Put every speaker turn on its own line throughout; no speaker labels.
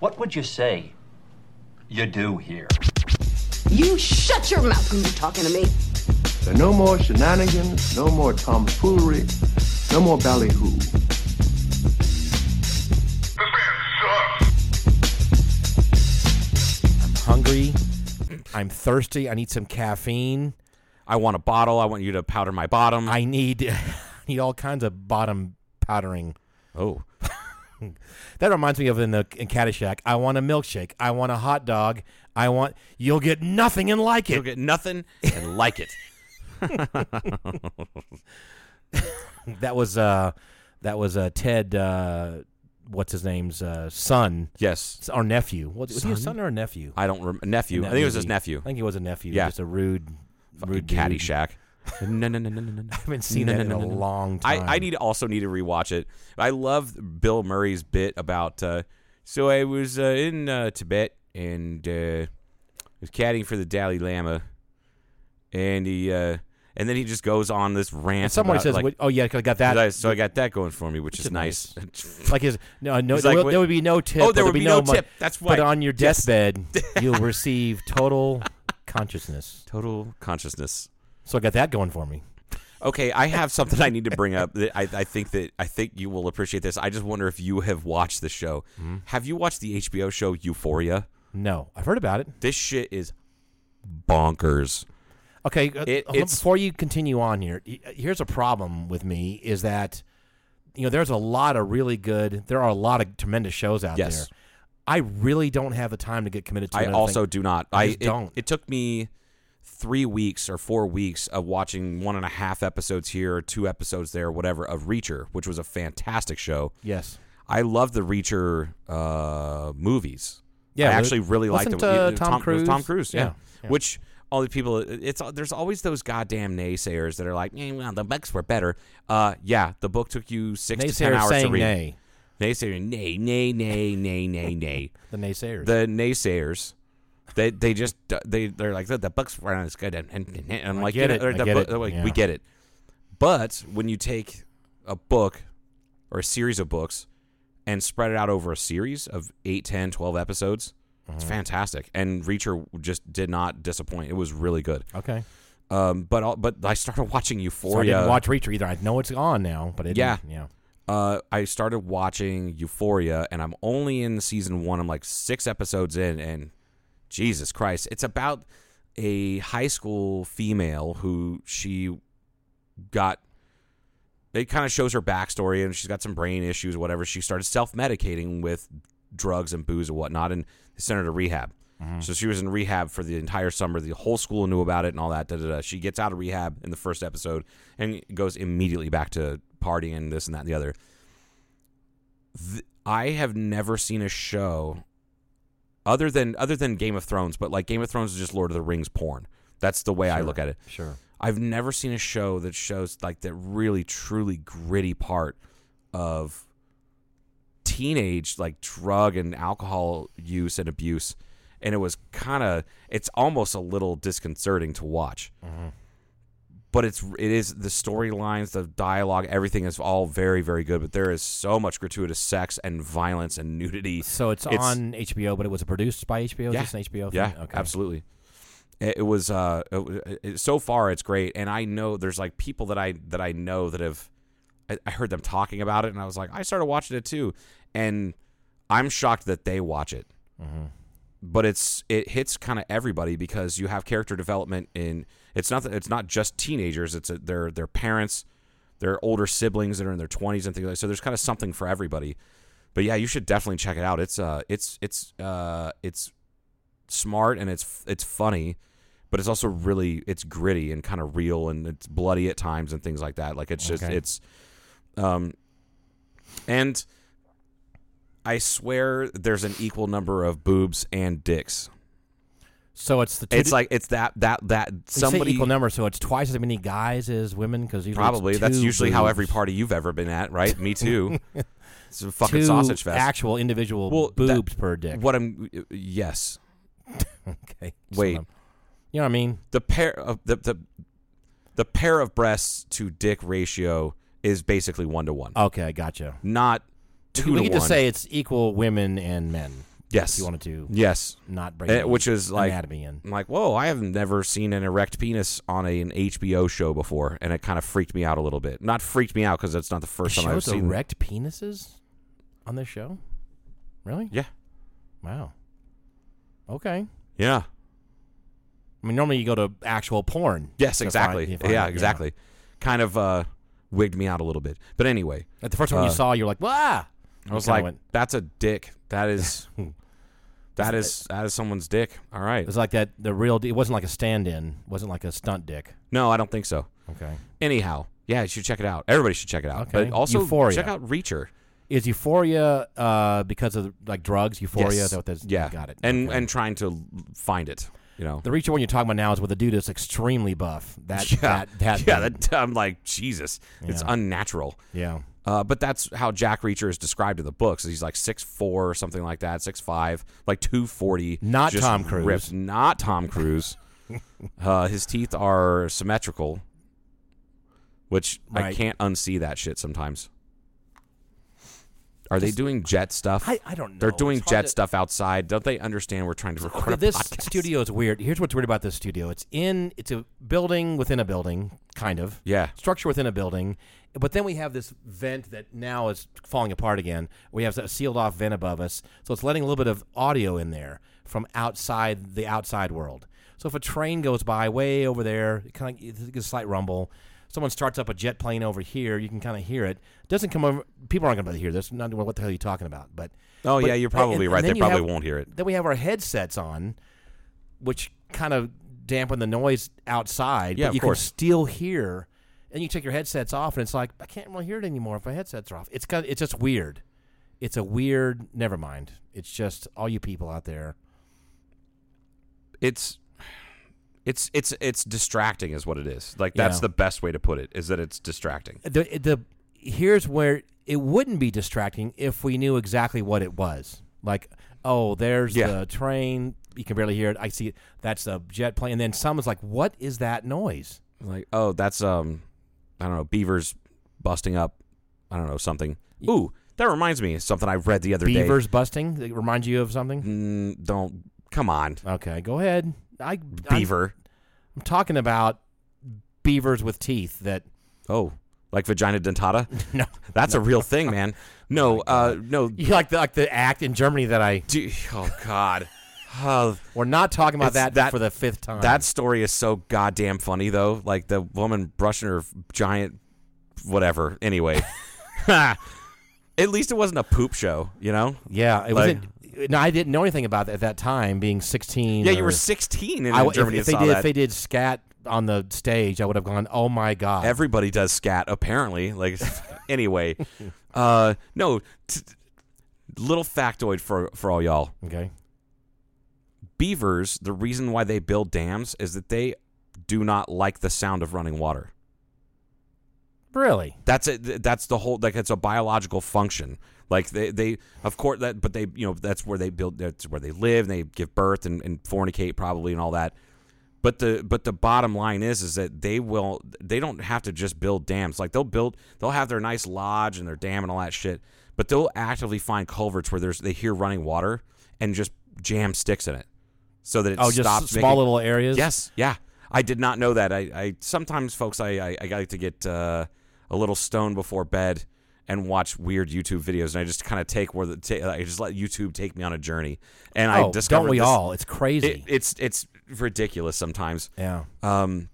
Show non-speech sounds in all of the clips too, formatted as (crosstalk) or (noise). What would you say you do here?
You shut your mouth when you're talking to me.
There are no more shenanigans, no more tomfoolery, no more ballyhoo.
hungry. I'm thirsty. I need some caffeine.
I want a bottle. I want you to powder my bottom.
I need (laughs) need all kinds of bottom powdering.
oh,
That reminds me of in the in Caddyshack. I want a milkshake. I want a hot dog. I want. You'll get nothing and like it.
you'll get nothing
(laughs)
and like it.
That was uh, that was uh, Ted. Uh, what's his name's uh, son
Yes,
or nephew? Was, was he a son or a nephew?
I don't remember nephew.
In
I
that
think it was his
movie.
nephew.
I think he was a nephew.
Yeah.
just a rude, rude dude. (laughs)
Caddyshack. No, no, no, no, no, no. I
haven't seen that in a long time.
I, I need to also need to rewatch it. I love Bill Murray's bit about. Uh, so I was uh, in uh, Tibet and uh, I was caddying for the Dalai Lama, and he uh, and then he just goes on this rant.
And somebody
about,
says,
like,
"Wait, "Oh yeah, 'cause I got that."
I- so I got that going for me, which,
is
is nice.
like his no, uh, no,
He's
there,
like,
will-
"Wait-
there would be no tip.
Oh,
but
there
there'd
would
be
be no
mon-
tip. That's
But
right.
on your
Yes. (laughs)
deathbed, you'll receive total consciousness.
(laughs) Total consciousness.
So I got that going for me.
Okay, I have something I need to bring up. That I, I think that I think you will appreciate this. I just wonder if you have watched the show.
Hmm?
Have you watched the HBO show Euphoria?
No, I've heard about it.
This shit is bonkers.
Okay, uh,
It-
hold on,
it's-
before you continue on here, y- uh, here's a problem with me is that you know there's a lot of really good, there are a lot of tremendous shows out
Yes.
there. I really don't have the time to get committed to.
I
another
also
thing.
do not.
I
I,
just
it-
don't.
It took me three weeks or four weeks of watching one and a half episodes here, two episodes there, whatever of Reacher, which was a fantastic show.
Yes.
I love the Reacher uh, movies.
Yeah,
I
wa-
actually really liked
wasn't,
it.
uh,
It-
Tom
it was Tom
Cruise?
Cruise, yeah.
Yeah, yeah.
Which all the people, it's there's always those goddamn naysayers that are like, eh, well, the books were better. Uh, yeah, the book took you six to ten
Naysayers
hours to
saying
read.
nay.
Naysayer, nay, nay, nay, nay, nay, nay.
The naysayers.
The naysayers, they they just they they're like the, the books were not as good, and, and, and I'm like,
get
you
it,
know,
I
the
get
book-
it,
they're like,
yeah.
we get it. But when you take a book or a series of books and spread it out over a series of 8, 10, 12 episodes, it's
Mm-hmm.
fantastic. And Reacher just did not disappoint. It was really good.
okay.
Um, but all, but I started (laughs) watching
So I
Euphoria.
didn't watch Reacher either. I know it's on now, but I didn't,
uh, Yeah.
yeah.
uh, I started watching Euphoria, and I'm only in season one. I'm like six episodes in, and Jesus Christ, it's about a high school female who she got. It kind of shows her backstory, and she's got some brain issues, whatever. She started self medicating with drugs and booze and whatnot, and they sent her to rehab. So she was in rehab for the entire summer. The whole school knew about it and all that. Da, da, da. She gets out of rehab in the first episode and goes immediately back to partying and this and that and the other. Th- I have never seen a show other than other than Game of Thrones, but like Game of Thrones is just Lord of the Rings porn. That's the way I look at it.
Sure.
I've never seen a show that shows like that really truly gritty part of teenage like drug and alcohol use and abuse and it was kind of it's almost a little disconcerting to watch but it's it is the storylines the dialogue everything is all very very good but there is so much gratuitous sex and violence and nudity
So it's, on HBO, but it was produced by HBO. Is this an HBO thing?
yeah,
Okay.
absolutely. It, it was uh, it w- it- so far it's great, and I know there's like people that I that I know that have. I, I heard them talking about it, and I was like, I started watching it too, and I'm shocked that they watch it.
Mm-hmm.
But it's it hits kind of everybody because you have character development in. It's not that it's not just teenagers. It's a, their their parents, their older siblings that are in their 20s and things like that. So there's kind of something for everybody. But yeah, you should definitely check it out. It's uh, it's it's uh, it's smart and it's it's funny, but it's also really it's gritty and kind of real and it's bloody at times and things like that. Like it's just
Okay.
it's, um, and I swear there's an equal number of boobs and dicks.
So it's the two
It's like it's that that that
somebody
somebody
equal number, so it's twice as many guys as women because
probably that's usually how every party you've ever been at, right?
(laughs)
Me too. It's a fucking
two
sausage fest.
Actual individual
Well, that-
boobs per dick.
What I'm yes.
(laughs) okay. So
Wait.
I'm- you know what I mean?
the pair of the, the the pair of breasts to dick ratio is basically one to one,
Okay, I gotcha.
not two
Oh. we
to
could
one.
just say it's equal women and men.
Yes.
He wanted to
Yes.
not bring
Eh,
the
which is like
anatomy in.
I'm like, whoa, I have never seen an erect penis on a, an HBO show before, and it kind of freaked me out a little bit. Not freaked me out because it's not the first time I've
Shows
seen.
erect penises on this show. Really?
Yeah,
Wow. Okay.
yeah,
I mean, normally you go to actual porn.
yes,
to
exactly.
find- you find-
yeah, exactly. Kind of uh, wigged me out a little bit, but anyway,
At the first one you
Uh,
saw, you're like, "Wow!"
I was
kinda
like,
went- Hmm.
that's a dick.
(laughs)
That is, that is, that is someone's dick. All right.
It was like that. The real. It wasn't like a stand-in. It wasn't like a stunt dick.
No, I don't think so.
Okay.
Anyhow, yeah, you should check it out. Everybody should check it out.
Okay.
But also
Euphoria.
check out Reacher.
Is euphoria uh, because of like drugs? Euphoria.
Yes.
Is that what that's-
yeah,
Got it.
And
Okay.
and trying to l- find it. You know.
the reacher one you're talking about now is with a dude that's extremely buff. That.
(laughs) yeah,
That. that
yeah.
dude.
That, I'm like Jesus. It's
Yeah.
unnatural.
yeah.
Uh, but that's how Jack Reacher is described in the books. He's like six four or something like that, six five, like two forty.
Not Tom Cruise.
Not
(laughs)
Tom Cruise. uh, his teeth are symmetrical, which I
Right.
can't unsee that shit sometimes. Are they doing jet stuff?
I- I don't
They're
know.
doing
It's hard
jet
to-
stuff outside. Don't they understand we're trying to record a
this
podcast?
studio is weird. Here's what's weird about this studio. It's in it's a building within a building, kind of.
Yeah.
Structure within a building. But then we have this vent that now is falling apart again. We have a sealed off vent above us. So it's letting a little bit of audio in there from outside the outside world. So if a train goes by way over there, it kind of gets a slight rumble. Someone starts up a jet plane over here, you can kind of hear it. Doesn't come over. People aren't going to hear this. Not what the hell are you talking about? But
Oh,
but-
yeah, you're probably right.
then
They
you
probably won't hear it.
Then we have our headsets on, which kind of dampen the noise outside.
Yeah,
but
of
you
course.
can still hear. And you take your headsets off, and it's like I can't really hear it anymore if my headsets are off. It's kind of, it's just weird. It's a weird. Never mind. It's just all you people out there.
it's it's it's it's distracting is what it is like that's
Yeah.
the best way to put it is that it's distracting
The, the here's where it wouldn't be distracting if we knew exactly what it was. Like, oh, there's
Yeah.
the train. You can barely hear it. I see it. That's the jet plane. And then someone's like, "What is that noise?"
like oh that's um i don't know beavers busting up i don't know something ooh that reminds me of something i read the other
Beavers busting. It reminds you of something?
day mm, don't come on
Okay, go ahead. I I'm,
beaver
I'm talking about beavers with teeth
(laughs)
that
oh like
(laughs)
vagina dentata
no,
that's a real thing
(laughs)
man
Oh
no uh no
you like the like the act in Germany that I
do, oh god Oh,
we're not talking about
It's
that,
that-
for the fifth time.
That story is so goddamn funny though. Like the woman brushing her giant whatever.
(laughs)
Anyway. (laughs) At least it wasn't a poop show, you know?
yeah. It
like-
wasn't. No, I didn't know anything about it at that time, being sixteen.
Yeah, you
or-
were 16 in
I, if,
Germany
if
and
they
saw
did,
that.
if they did scat on the stage, I would have gone, "Oh my god!"
Everybody does scat apparently. Like (laughs) anyway. Uh no, t- little factoid for for all y'all.
okay,
Beavers, the reason why they build dams is that they do not like the sound of running water.
really?
That's it. That's the whole. Like it's a biological function. Like they, they of course that, but they, you know, that's where they build. That's where they live. And they give birth and, and fornicate probably and all that. But the but the bottom line is is that they will. They don't have to just build dams. Like they'll build. They'll have their nice lodge and their dam and all that shit. But they'll actively find culverts where there's they hear running water and just jam sticks in it, so that it
Oh, just
stops
small
making-
little areas.
Yes, yeah. I did not know that. I, I sometimes, folks, I, I, I like to get uh, a little stoned before bed and watch weird YouTube videos, and I just kind of take where the ta- I just let YouTube take me on a journey, and
Oh,
I discovered
don't we
this-
all? It's crazy.
It, it's it's ridiculous sometimes.
yeah.
Um,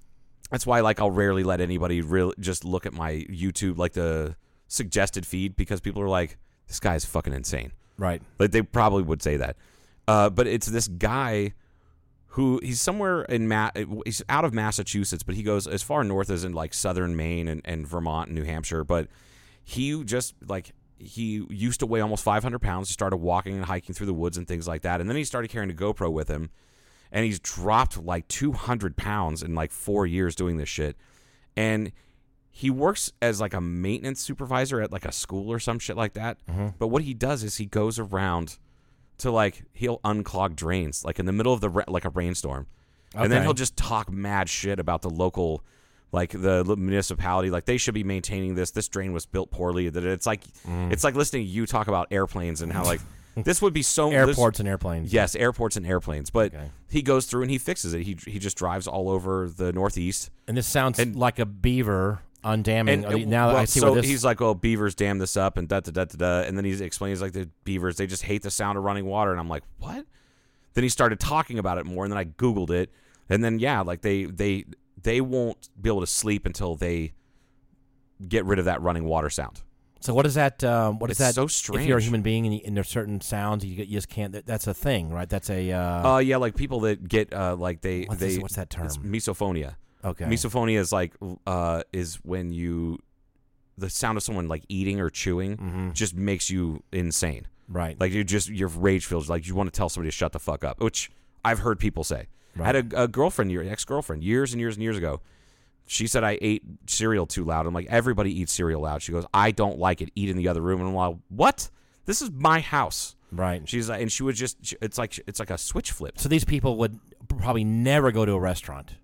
that's why like I'll rarely let anybody real just look at my YouTube like the suggested feed because people are like, this guy's fucking insane.
Right.
Like they probably would say that. Uh, but it's this guy who he's somewhere in Ma- he's out of Massachusetts, but he goes as far north as in like southern Maine and, and Vermont and New Hampshire. But he just like he used to weigh almost 500 pounds. He started walking and hiking through the woods and things like that. And then he started carrying a GoPro with him. And he's dropped like 200 pounds in like four years doing this shit. And he works as like a maintenance supervisor at like a school or some shit like that. But what he does is he goes around to like he'll unclog drains like in the middle of the ra- like a rainstorm, and then
Okay.
he'll just talk mad shit about the local. Like the l- municipality, like they should be
Mm. (laughs)
maintaining this. This drain was built poorly. That it's like, it's like listening to you talk about airplanes and how like this would be so this-
Airports and airplanes.
Yes, airports and airplanes. But
Okay.
he goes through and he fixes it. He he just drives all over the northeast.
And this sounds
And-
like a beaver undamming. Uh,
And-
now that I
well,
see
so
where this.
he's like, "Oh, beavers dam this up," and da da da da da. And then he explains like the beavers they just hate the sound of running water. And I'm like, what? Then he started talking about it more, and then I googled it, and then yeah, like they they they won't be able to sleep until they get rid of that running water sound.
so what is that? Um, what is that?
It's so
If you're a
strange.
human being and, you, and there's certain sounds you, get- you just can't. That, that's a thing, right? That's a. Uh,
Uh, yeah, like people that get uh, like they
What's
they
this- what's that
It's
term?
misophonia.
okay.
Misophonia is like uh, is when you the sound of someone like eating or chewing
Mm-hmm.
just makes you insane.
right.
Like you just your rage feels like you want to tell somebody to shut the fuck up, which I've heard people say. I had a, a girlfriend, your ex girlfriend, years and years and years ago. She said I ate cereal too loud. I'm like, everybody eats cereal loud. She goes, I don't like it. Eat in the other room. And I'm like, what? This is my house.
right.
She's like, and she would just, she- it's like, it's like a switch flip.
so these people would probably never go to a restaurant.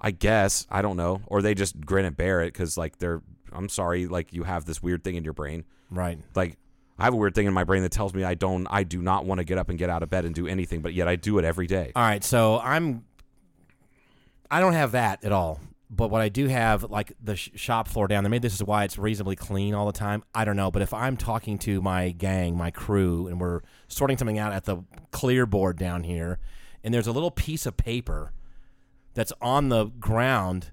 I guess I don't know, or they just grin and bear it because like they're. I'm sorry, like you have this weird thing in your brain.
Right.
Like I have a weird thing in my brain that tells me I don't. I do not want to get up and get out of bed and do anything, but yet I do it every day.
All right, so I'm. I don't have that at all, but what I do have, like the sh- shop floor down there, maybe this is why it's reasonably clean all the time. I don't know, but if I'm talking to my gang, my crew, and we're sorting something out at the clear board down here, and there's a little piece of paper that's on the ground.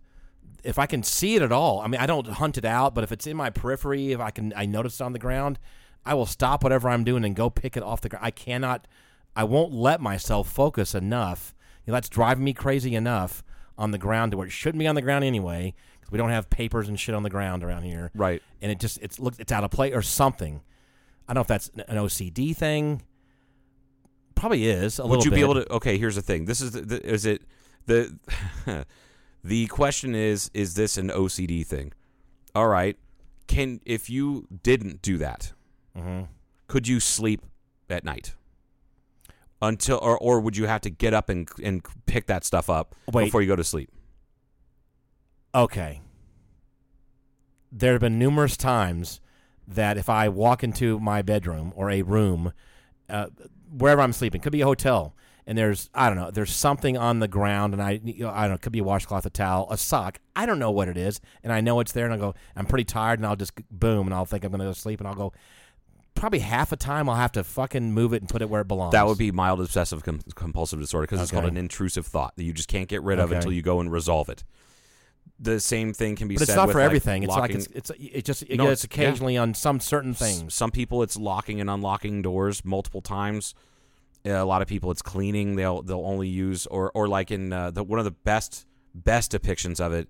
If I can see it at all, I mean, I don't hunt it out, but if it's in my periphery, if I can, I notice it on the ground, I will stop whatever I'm doing and go pick it off the ground. I cannot, I won't let myself focus enough. You know, that's driving me crazy enough on the ground to where it shouldn't be on the ground anyway, because we don't have papers and shit on the ground around here.
Right.
And it just, it's looks, it's out of play or something. I don't know if that's an OCD thing. Probably is a
Would
little
you be
bit.
able to? Okay, here's the thing. This is the, the is it the (laughs) the question is is this an OCD thing? All right, can if you didn't do that,
Mm-hmm.
could you sleep at night? Until or, or would you have to get up and and pick that stuff up
Wait.
before you go to sleep?
okay. There have been numerous times that if I walk into my bedroom or a room, uh, wherever I'm sleeping, could be a hotel, and there's I don't know, there's something on the ground, and I you know, I don't know, could be a washcloth, a towel, a sock, I don't know what it is, and I know it's there, and I go, I'm pretty tired, and I'll just boom, and I'll think I'm gonna go sleep, and I'll go. Probably half a time I'll have to fucking move it and put it where it belongs.
That would be mild obsessive com- compulsive disorder because it's
Okay.
called an intrusive thought that you just can't get rid of
Okay.
until you go and resolve it. The same thing can be
but
said
it's not
with,
for
like,
everything. It's like
locking-
it's it's it just it
No,
gets
it's- yeah.
occasionally on some certain
S-
things.
Some people it's locking and unlocking doors multiple times. Uh, A lot of people it's cleaning. They'll they'll only use or or like in uh, the one of the best best depictions of it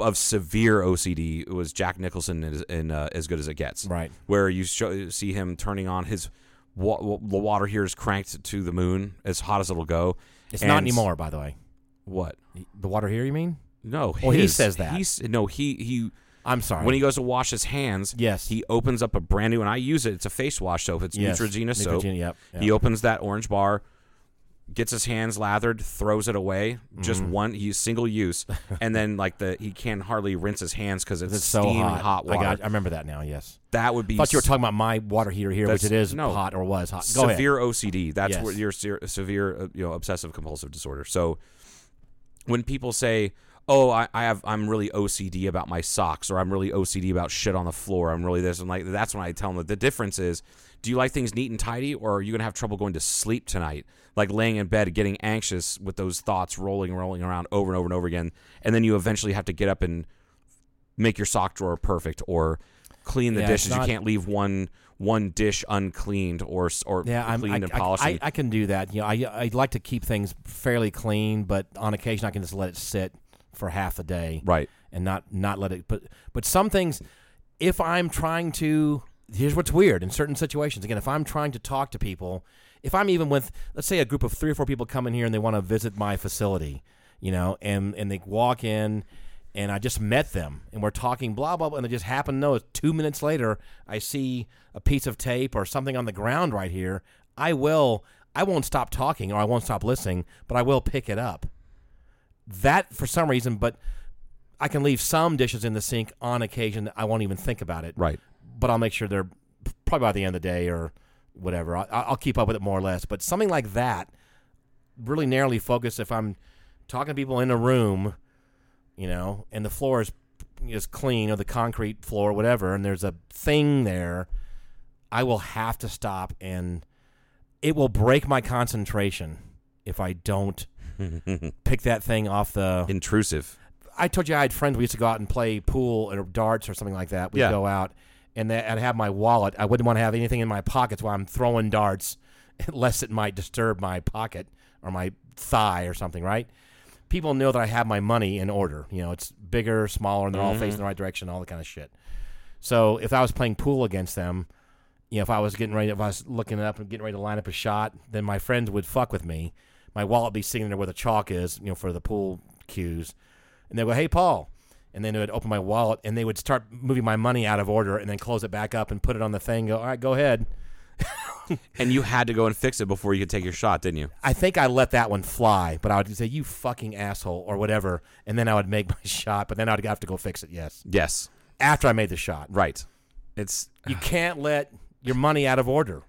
of severe OCD it was Jack Nicholson in, in uh, As Good as It Gets.
Right.
Where you show, see him turning on his wa- wa- the water here is cranked to the moon as hot as it'll go.
It's not
And-
anymore, by the way.
What?
The water here, you mean?
No.
Well, he
his.
says that.
He's, no, he he
I'm sorry.
when he goes to wash his hands,
Yes.
he opens up a brand new, and I use it. It's a face wash soap. It's
Yes,
Neutrogena soap.
Neutrogena, yep,
He
yep.
opens that orange bar, gets his hands lathered, throws it away. Just
Mm-hmm.
one, he's single use,
(laughs)
and then like the he can hardly rinse his hands because it's,
it's so
steaming
hot.
water.
I, got, I remember that now. Yes.
That would be
Thought you were talking about my water heater here, which
That's-
it is
no.
hot or was hot. Go ahead.
severe OCD. That's
Yes.
what your ser- severe, uh, you know, obsessive compulsive disorder. So when people say, "Oh, I, I have, I'm really OCD about my socks," or "I'm really OCD about shit on the floor," I'm really this, and like that's when I tell them that the difference is, do you like things neat and tidy, or are you gonna have trouble going to sleep tonight? Like laying in bed, getting anxious with those thoughts rolling, rolling around over and over and over again, and then you eventually have to get up and make your sock drawer perfect, or clean the
Yeah, it's
dishes.
not-
you can't leave one one dish uncleaned or s- or
Yeah, I'm,
cleaned
I,
and
I,
polished.
I, I can do that. You know, I I like to keep things fairly clean, but on occasion I can just let it sit for half a day,
Right.
and not not let it. But but some things, if I'm trying to, here's what's weird in certain situations. Again, if I'm trying to talk to people, if I'm even with, let's say, a group of three or four people come in here and they want to visit my facility, you know, and and they walk in. And I just met them, and we're talking blah blah, blah and I just happen to know two minutes later I see a piece of tape or something on the ground right here. I will, I won't stop talking or I won't stop listening, but I will pick it up that for some reason, but I can leave some dishes in the sink on occasion. I won't even think about it.
Right.
But I'll make sure they're probably by the end of the day or whatever. I, I'll keep up with it more or less. But something like that, really narrowly focused. If I'm talking to people in a room, you know, and the floor is is clean or the concrete floor, whatever, and there's a thing there, I will have to stop, and it will break my concentration if I don't pick that thing off the
Intrusive.
I told you I had friends. We used to go out and play pool or darts or something like that. We'd
Yeah.
go out, and that I'd have my wallet. I wouldn't want to have anything in my pockets while I'm throwing darts, (laughs) unless it might disturb my pocket or my thigh or something. Right? People know that I have my money in order. You know, it's bigger, smaller, and they're all facing the right direction, all that kind of shit. So if I was playing pool against them, you know, if I was getting ready, if I was looking up and getting ready to line up a shot, then my friends would fuck with me. My wallet would be sitting there where the chalk is, you know, for the pool cues. And they'd go, hey, Paul. And then it would open my wallet and they would start moving my money out of order and then close it back up and put it on the thing. Go, all right, go ahead.
And you had to go and fix it before you could take your shot, didn't you?
I think I let that one fly, but I would say, you fucking asshole or whatever. And then I would make (laughs) my shot, but then I'd have to go fix it, yes.
Yes.
After I made the shot.
Right. It's
You can't let your money out of order.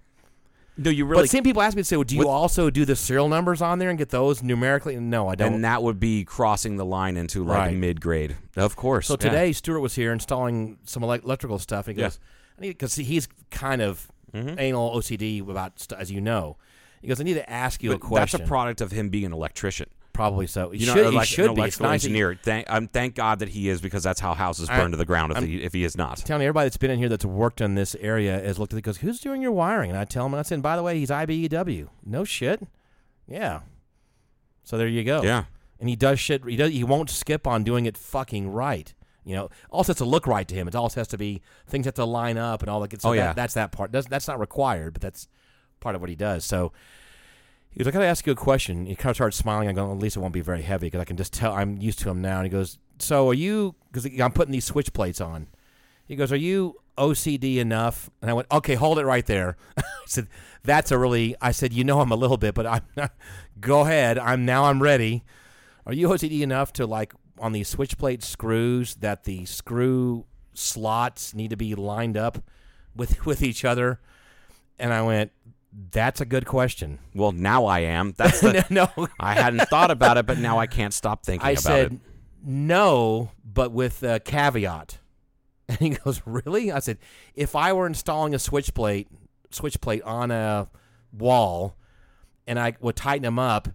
no, you really
but seeing people ask me to say, well, do you
With-
also do the serial numbers on there and get those numerically? No, I don't.
and that would be crossing the line into like
Right.
mid grade. Of course.
so
yeah.
today, Stuart was here installing some elec electrical stuff. And he goes, I need because he's kind of
Mm-hmm.
anal OCD about stuff, as you know. He goes, I need to ask you a
But that's
question.
a product of him being an electrician.
Probably so. He
You know,
should, he
like
should
an
be. It's
electrical
nice that he-
engineer. Thank, um, thank God that he is because that's how houses
I-
burn to the ground if,
I'm-
he, if he is not.
telling everybody that's been in here that's worked on this area has looked at it goes, Who's doing your wiring? And I tell them, and I said, By the way, he's IBEW. No shit. Yeah. So there you go.
Yeah.
And he does shit. He, does, he won't skip on doing it fucking right. You know, also has to look right to him. It also has to be things have to line up and all that. good So
Oh,
that-
yeah.
that's that part. That's, that's not required, but that's part of what he does. So he goes, "I got to ask you a question." He kind of started smiling. I go, "At least it won't be very heavy because I can just tell I'm used to him now." And he goes, "So are you?" Because I'm putting these switch plates on. He goes, "Are you OCD enough?" And I went, "Okay, hold it right there." (laughs) I said, "That's a really." I said, "You know, I'm a little bit, but I'm not." Go ahead. I'm now. I'm ready. Are you OCD enough to like on these switch plate screws that the screw slots need to be lined up with with each other? And I went, "That's a good question." (laughs)
Well, now I am. That's the,
no.
I hadn't thought about it, but now I can't stop thinking
I
about
said,
it.
no, but with a caveat. (laughs) And he goes, really? I said, if I were installing a switch plate, switch plate on a wall, and I would tighten them up,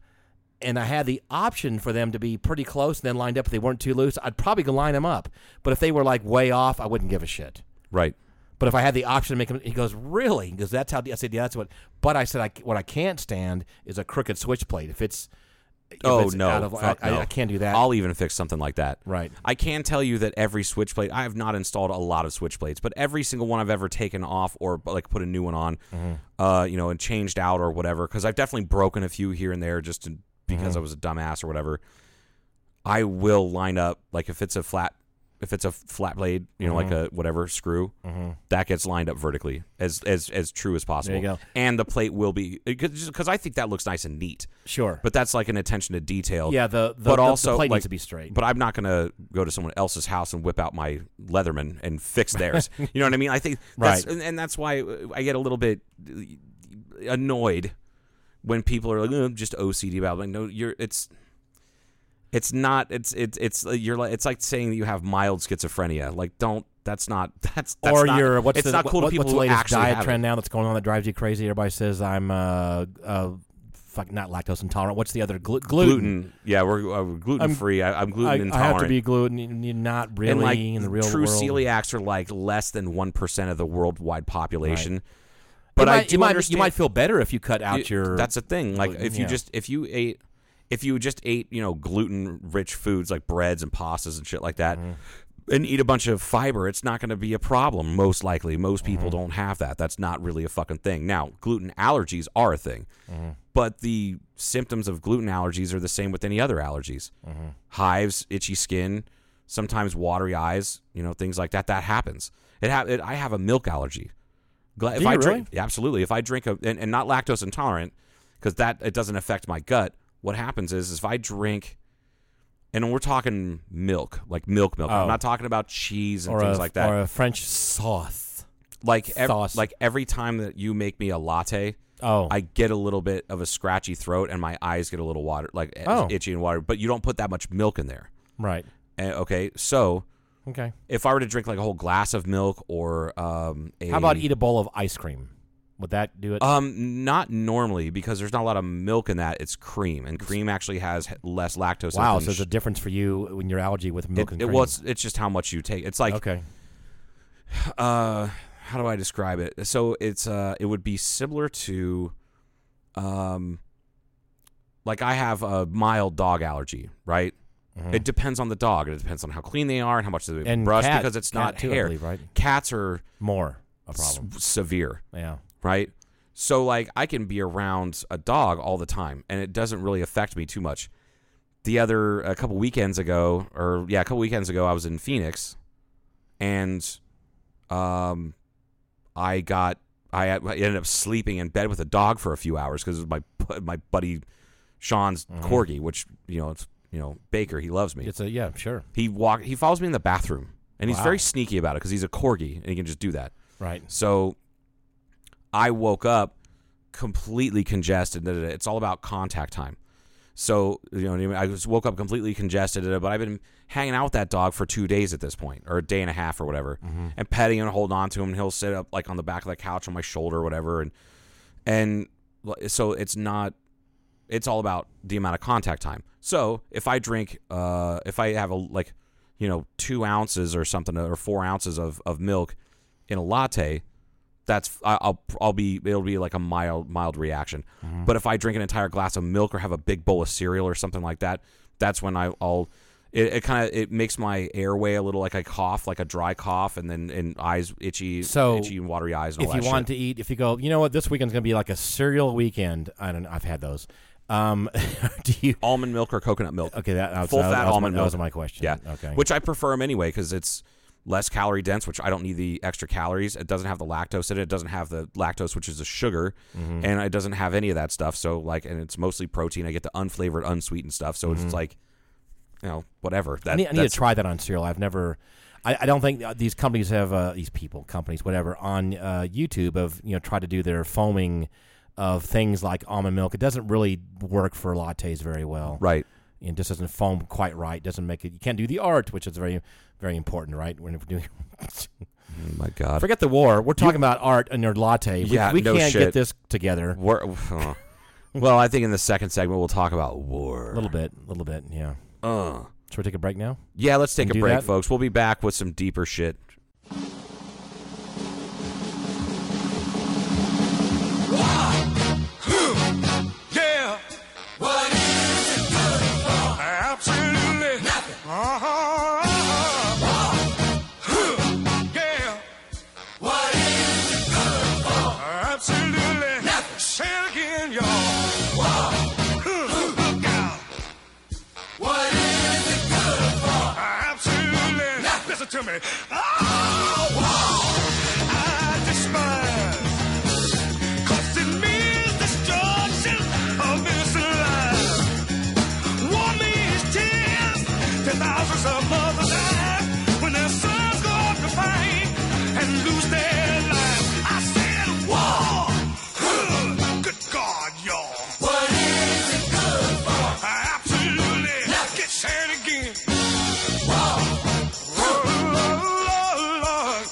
and I had the option for them to be pretty close and then lined up, if they weren't too loose, I'd probably go line them up. But if they were like way off, I wouldn't give a shit.
Right.
But if I had the option to make him, he goes, really? He goes, that's how. I said, yeah, that's what. But I said, I, what I can't stand is a crooked switch plate. If it's, if
Oh
it's
no,
out of- I,
fuck
I-
no.
I can't do that.
I'll even fix something like that.
Right.
I can tell you that every switch plate. I have not installed a lot of switch plates, but every single one I've ever taken off or like put a new one on,
Mm-hmm.
uh, you know, and changed out or whatever. Because I've definitely broken a few here and there just to, because
Mm-hmm.
I was a dumbass or whatever. I will line up like if it's a flat, if it's a flat blade, you know, like a
Mm-hmm.
whatever screw, that gets lined up vertically as as as true as possible.
go.
And the plate will be because I think that looks nice and neat.
Sure.
But that's like an attention to detail.
Yeah, the- the- the-
but
the
also
plate
like,
needs to be straight.
But I'm not gonna go to someone else's house and whip out my Leatherman and fix
(laughs)
theirs. you know what I mean? I think that's,
Right.
and, and that's why uh, I get a little bit uh, annoyed when people are like "Oh, I'm just OCD about. It. Like, no, you're it's. It's not. It's it's it's uh, you're like it's like saying that you have mild schizophrenia. Like, don't. That's not. (laughs) That's, that's
or
not,
your what's
it's
the,
not cool
what-
to people
what's the
who
latest
actually
diet
have it.
trend now that's going on that drives you crazy? Everybody says I'm uh uh fuck not lactose intolerant. What's the other Glu- gluten?
gluten. Yeah, we're, uh, we're gluten free. I, I'm gluten
I,
intolerant.
I have to be gluten. you- You're not really
and like
in the real
true
world.
celiacs are like less than one percent of the worldwide population.
But
But I
might,
do
you might you
understand-
might feel better if you cut out
it-
your.
that's the thing. Like if you
yeah.
just if you ate if you just ate you know gluten rich foods like breads and pastas and shit like that.
Mm-hmm.
And eat a bunch of fiber, it's not going to be a problem, most likely. Most people
Mm-hmm.
don't have that. That's not really a fucking thing. Now, gluten allergies are a thing,
Mm-hmm.
but the symptoms of gluten allergies are the same with any other allergies
Mm-hmm.
hives, itchy skin, sometimes watery eyes, you know, things like that. That happens. It, ha- it I have a milk allergy. Gla- if
you
I
really?
drink, yeah, absolutely. If I drink a and, and not lactose intolerant, because that it doesn't affect my gut. What happens is, is if I drink, and we're talking milk, like milk, milk.
Oh.
I'm not talking about cheese and
or
things
a,
like that.
Or a French sauce.
Like ev-
Sauce.
like every time that you make me a latte,
Oh.
I get a little bit of a scratchy throat and my eyes get a little water like
Oh.
itchy and watery, but you don't put that much milk in there.
Right.
And, okay, so
Okay.
if I were to drink like a whole glass of milk or um a
How about eat a bowl of ice cream? Would that do it?
Um, not normally because there's not a lot of milk in that. It's cream, and cream actually has h- less lactose.
wow.
in
So there's a difference for you when your allergy with milk
it,
and
it,
cream.
well, it's, it's just how much you take. It's like
okay.
uh, how do I describe it? So it's uh, it would be similar to, um, like I have a mild dog allergy, right? It depends on the dog. It depends on how clean they are and how much they
Mm-hmm. And
brush
cat-
because it's
cat
not
too, I
hair.
believe, right?
Cats are
More a
s-
problem.
severe.
Yeah.
right? So like I can be around a dog all the time and it doesn't really affect me too much. The other a couple weekends ago or yeah, a couple weekends ago I was in Phoenix and um I got I had- I ended up sleeping in bed with a dog for a few hours cuz my bu- my buddy Sean's corgi, which you know, it's you know, Baker, he loves me.
Mm-hmm. It's a yeah. Sure.
he walk he follows me in the bathroom and he's
Wow.
very sneaky about it cuz he's a corgi and he can just do that.
Right.
So I woke up completely congested. da, da, da. It's all about contact time. So you know, what I mean? I just woke up completely congested, da, da, but I've been hanging out with that dog for two days at this point, or a day and a half, or whatever, and petting him and holding on to him. And he'll sit up like on the back of the couch on my shoulder, or whatever, and and li- so it's not. It's all about the amount of contact time. So if I drink, uh, if I have a like, you know, two ounces or something, or four ounces of of milk in a latte, that's I- I'll I'll be it'll be like a mild mild reaction.
Mm-hmm.
But if I drink an entire glass of milk or have a big bowl of cereal or something like that, that's when I, I'll it, it kind of it makes my airway a little like I cough like a dry cough and then and eyes itchy
So,
itchy and watery eyes. And
if
all
you
that
want
shit.
to eat, if you go, you know what, this weekend's going to be like a cereal weekend. I don't. know, I've had those. Um, (laughs) do you?
almond milk or coconut milk.
Okay, that, that was-
full
that was-
fat
that was my-
almond
that
milk.
was my question.
Yeah.
Okay.
Which I prefer them anyway because it's less calorie dense, which I don't need the extra calories. It doesn't have the lactose in it. It doesn't have the lactose, which is the sugar,
Mm-hmm.
and it doesn't have any of that stuff. So like, and it's mostly protein. I get the unflavored, unsweetened stuff. So it's like, you know, whatever.
Mm-hmm.
That,
I need, I need to
that's-
try that on cereal. I've never. I, I don't think uh, these companies have uh, these people, companies, whatever, on uh, YouTube have you know tried to do their foaming of things like almond milk. It doesn't really work for lattes very well.
Right.
It just doesn't foam quite right. Doesn't make it. You can't do the art, which is very, very important, right? When we're doing. (laughs)
Oh my God.
Forget the war. We're talking about art and your latte. We,
Yeah,
we
no
can't
shit.
get this together.
We're- (laughs) uh, well, I think in the second segment we'll talk about war.
A little bit, a little bit, yeah.
Uh.
Should we take a break now?
Yeah, let's take
Can do
a break,
that?
folks. We'll be back with some deeper shit.
Yeah. What is it good for? Absolutely nothing. Uh-huh. Huh. Yeah. What is it good for? Absolutely nothing. Say it again, y'all. Huh. Look out. What is it good for? Absolutely nothing. Listen to me. Oh, wow. I despise Cause it means destruction of innocent lives. War means tears to thousands of mothers' eyes when their sons go out to fight and lose their lives. I said war. Huh. Good God, y'all. What is it good for? Absolutely. Get sad again. War. Lord, Lord.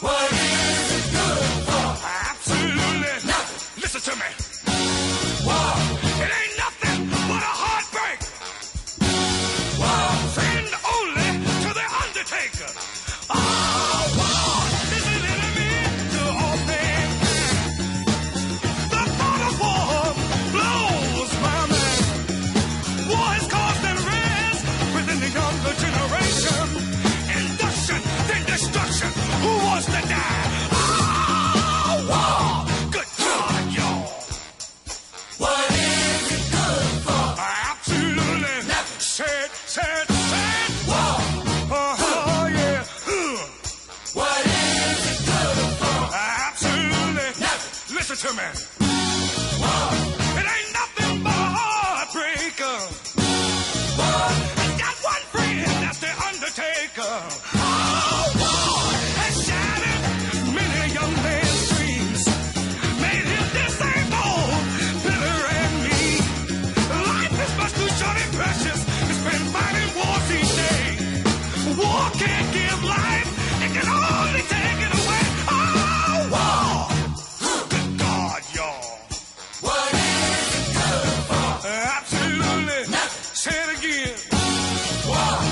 What is it good for? Absolutely nothing. Listen to me. War. It ain't nothing but a heartbreak. War. Friend only to the undertaker. Oh, war is an enemy to all mankind. The thought of war blows my mind. War has caused unrest within the younger generation. Induction, then destruction. Who wants to die? Ah, war. Good God, y'all. What is it good for? Absolutely nothing. Said, said, said. War. Oh, yeah. What is it good for? Absolutely nothing. Listen to me. It ain't nothing but a heartbreaker. I got one friend, that's the Undertaker. Oh, war has shattered many a young man's Oh, Oh,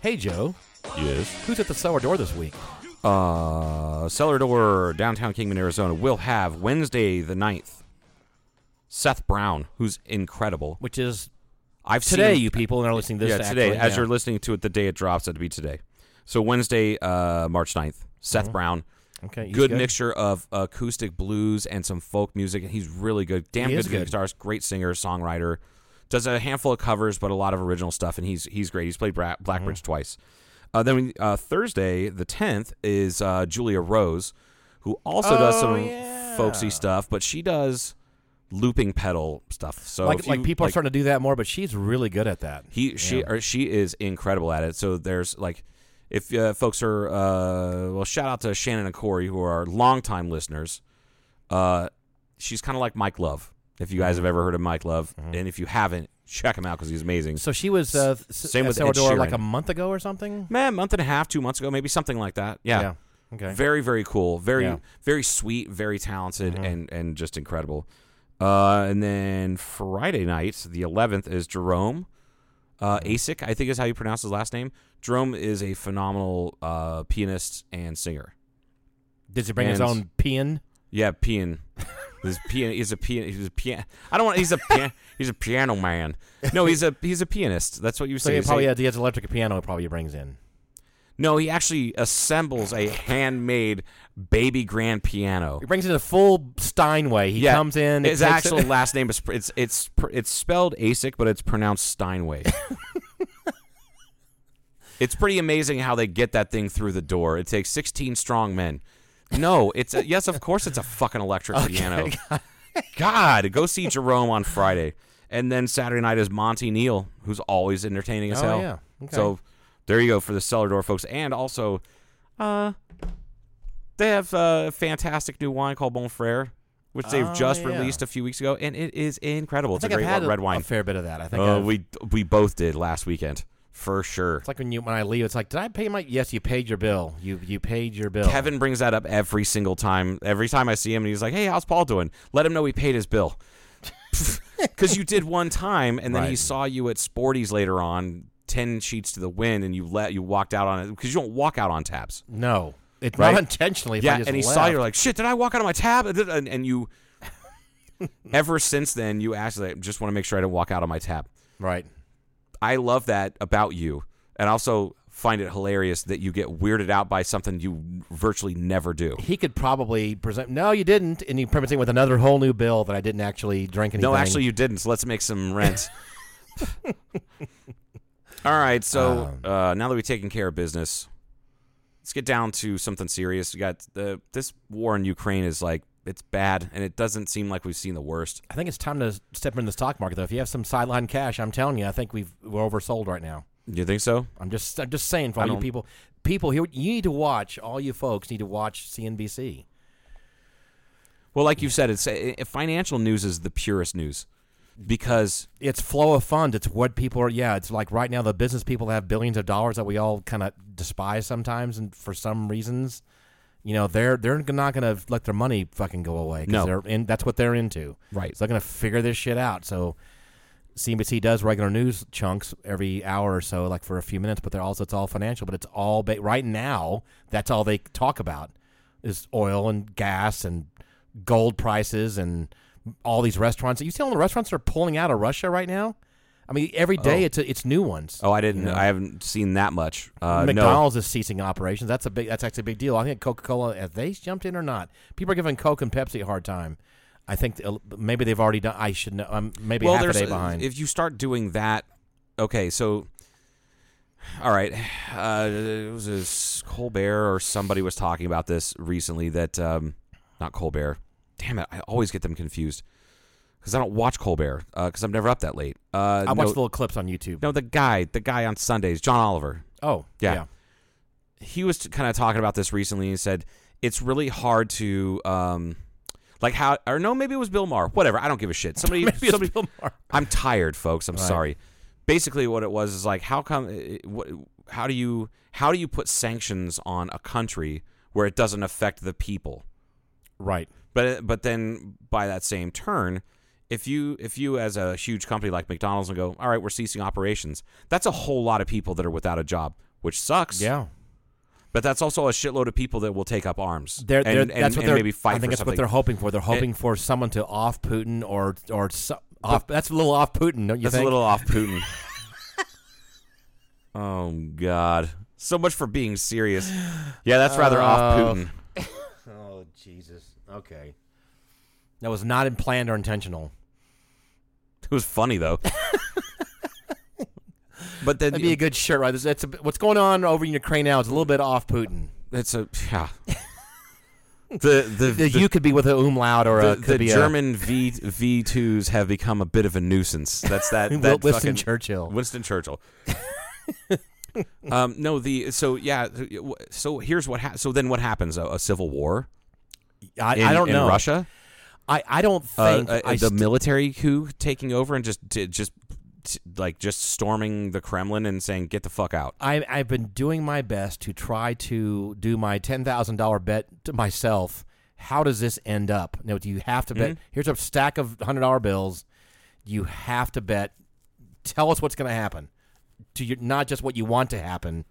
Hey, Joe,
Yes.
who's at the cellar door this week?
Uh, Cellar Door, downtown Kingman, Arizona, will have Wednesday the 9th. Seth Brown, who's incredible.
Which is
I've
today,
seen,
you people, and are listening to this.
yeah, today.
actually,
as
yeah.
you're listening to it, the day it drops, that'd be today. So Wednesday, uh, March 9th, Seth
Mm-hmm.
Brown.
Okay, he's
good,
good.
mixture of acoustic blues and some folk music, and he's really good. Damn
He
good,
is good.
guitarist, great singer, songwriter. Does a handful of covers, but a lot of original stuff, and he's he's great. He's played Bra-
Mm-hmm.
Blackbridge twice. Uh, then we, uh, Thursday, the 10th, is uh, Julia Rose, who also does
Oh,
some
yeah.
folksy stuff, but she does looping pedal stuff. So
like,
if
like
you-
people are
like-
starting to do that more, but she's really good at that.
he she or she is incredible at it. So there's like if uh, folks are uh, well, shout out to Shannon and Corey who are longtime listeners. Uh, she's kind of like Mike Love. If you guys have ever heard of Mike Love, and if you haven't, check him out because he's amazing.
so she was uh,
Same with Ed
Salvador like
Sheeran.
a month ago or something.
man, month and a half, two months ago, maybe something like that. Yeah.
Okay.
Very, very cool. Very,
Yeah. Mm-hmm.
very sweet. Very talented, and and just incredible. Uh, and then Friday night, the eleventh, is Jerome uh,
Mm-hmm.
Asik. I think is how you pronounce his last name. Jerome is a phenomenal uh, pianist and singer.
Did he bring his
And-
own pin?
Yeah,
(laughs)
pian. He's pian. He's a pian. He's a pian. I don't want. He's a pian. He's a piano man. No, he's a he's a pianist. That's what you
So
say.
he
You say-
probably has, he has electric piano. He probably brings in.
no, he actually assembles a handmade baby grand piano.
He brings in a full Steinway. He comes in. he
His
takes
(laughs) actual
it-
last name is pr- it's it's pr- it's spelled Asik, but it's pronounced
(laughs)
Steinway. it's pretty amazing how they get that thing through the door. It takes 16 strong men. No, it's a, yes, of course, it's a fucking electric
(laughs)
piano. God, go see Jerome on Friday, and then Saturday night is Monty Neal, who's always entertaining as
Oh,
hell.
yeah. Okay.
So there you go for the cellar door, folks, and also, uh, they have a fantastic new wine called Bonfrere, which they've
Oh,
just
yeah.
released a few weeks ago, and it is incredible.
I
It's a
think
great
I've had
red
a,
wine.
a fair bit of that. I think
Uh,
I've-
we we both did last weekend for sure.
It's like when you when I leave, it's like, did I pay my? Yes, you paid your bill. You you paid your bill.
Kevin brings that up every single time. Every time I see him, and he's like, "Hey, how's Paul doing?" Let him know he paid his bill. (laughs) Because you did one time, and then he
Right.
saw you at Sporty's later on, ten sheets to the wind, and you let you walked out on it because you don't walk out on tabs.
no, it's
Right?
not intentionally. If I
Yeah,
just
and he
left.
saw you like, shit, did I walk out of my tab? (laughs) And, and you, ever since then, you asked, like, just want to make sure I didn't walk out on my tab.
right.
I love that about you. And also find it hilarious that you get weirded out by something you virtually never do.
He could probably present. No, you didn't, and he presents it with another whole new bill that I didn't actually drink anything.
No, actually, you didn't. So let's make
(laughs)
some rent. All right. So
Um.
uh, now that we've taken care of business, let's get down to something serious. We got the this war in Ukraine is like it's bad, and it doesn't seem like we've seen the worst.
I think it's time to step in the stock market though. If you have some sideline cash, I'm telling you, I think we've we're oversold right now.
You think so?
I'm just I'm just saying for all
I
you
don't-
people, people here, you need to watch. All you folks need to watch CNBC.
Well, like you said, it's uh, financial news is the purest news because
It's flow of funds. It's what people are. Yeah, it's like right now the business people that have billions of dollars that we all kind of despise sometimes, and for some reasons, you know, they're they're not going to let their money fucking go away. 'cause
No.
they're in, that's what they're into.
Right.
so they're going to figure this shit out. So. CNBC does regular news chunks every hour or so, like for a few minutes, but they're also it's all financial. But it's all ba- right now. That's all they talk about is oil and gas and gold prices and all these restaurants. You see all the restaurants are pulling out of Russia right now. I mean, every day it's a, it's new ones.
oh, I didn't, I haven't seen that much. Uh,
McDonald's is ceasing operations. That's a big. That's actually a big deal. I think Coca Cola. Have they jumped in or not? People are giving Coke and Pepsi a hard time. I think uh, maybe they've already done. I should know. Um,
No.
maybe
Well,
half a
there's eh, uh,
day behind.
if you start doing that. Okay, so all right, uh, it was this Colbert or somebody was talking about this recently that um, not Colbert. Damn it, I always get them confused because I don't watch Colbert because I'm never up that late. Uh,
I watched
no,
little clips on YouTube.
no, the guy, the guy on Sundays, John Oliver.
oh,
Yeah.
yeah.
he was kind of talking about this recently and said it's really hard to um like how or no maybe it was Bill Maher whatever I don't give a shit
(laughs) (laughs)
somebody
Maybe it's
somebody
Bill Maher.
I'm tired folks I'm sorry basically what it was is like how come eh, what, how do you how do you put sanctions on a country where it doesn't affect the people
(laughs) Right.
but but then by that same turn, if you if you as a huge company like McDonald's and go, all right, we're ceasing operations, that's a whole lot of people that are without a job, which sucks.
Yeah.
But that's also a shitload of people that will take up arms.
They're,
and,
they're,
and-
that's what
and
they're,
maybe fight
I think
for
that's
something.
what they're hoping for. They're hoping for someone to off Putin or or so, off. that's a little off Putin, don't you
That's
think?
a little off
(laughs)
Putin. oh God. So much for being serious. Yeah, that's rather off
Uh,
Putin.
oh Jesus. Okay. That was not in- planned or intentional.
It was
(laughs)
funny though. but then
That'd be a good shirt, right? That's, that's a, what's going on over in Ukraine now is a little bit off Putin.
it's a yeah. the the
The, you could be with a umlaut or
the,
a
the
could be
German V V twos have become a bit of a nuisance.
(laughs)
That's that.
Wi-
that
Winston
fucking-
Churchill.
Winston Churchill. um, no, the so yeah. So here's what. Ha- so then what happens? A, a civil war?
A, I,
In,
I don't
in
know.
Russia.
I, I don't
Uh,
think
uh,
I
the
st-
military coup taking over and just t- just t- like just storming the Kremlin and saying get the fuck out.
I, I've been doing my best to try to do my ten thousand dollar bet to myself. How does this end up? Now, do you have to
Mm-hmm.
bet? Here's a stack of hundred dollar bills. You have to bet. Tell us what's going to happen. To your, not just what you want to happen,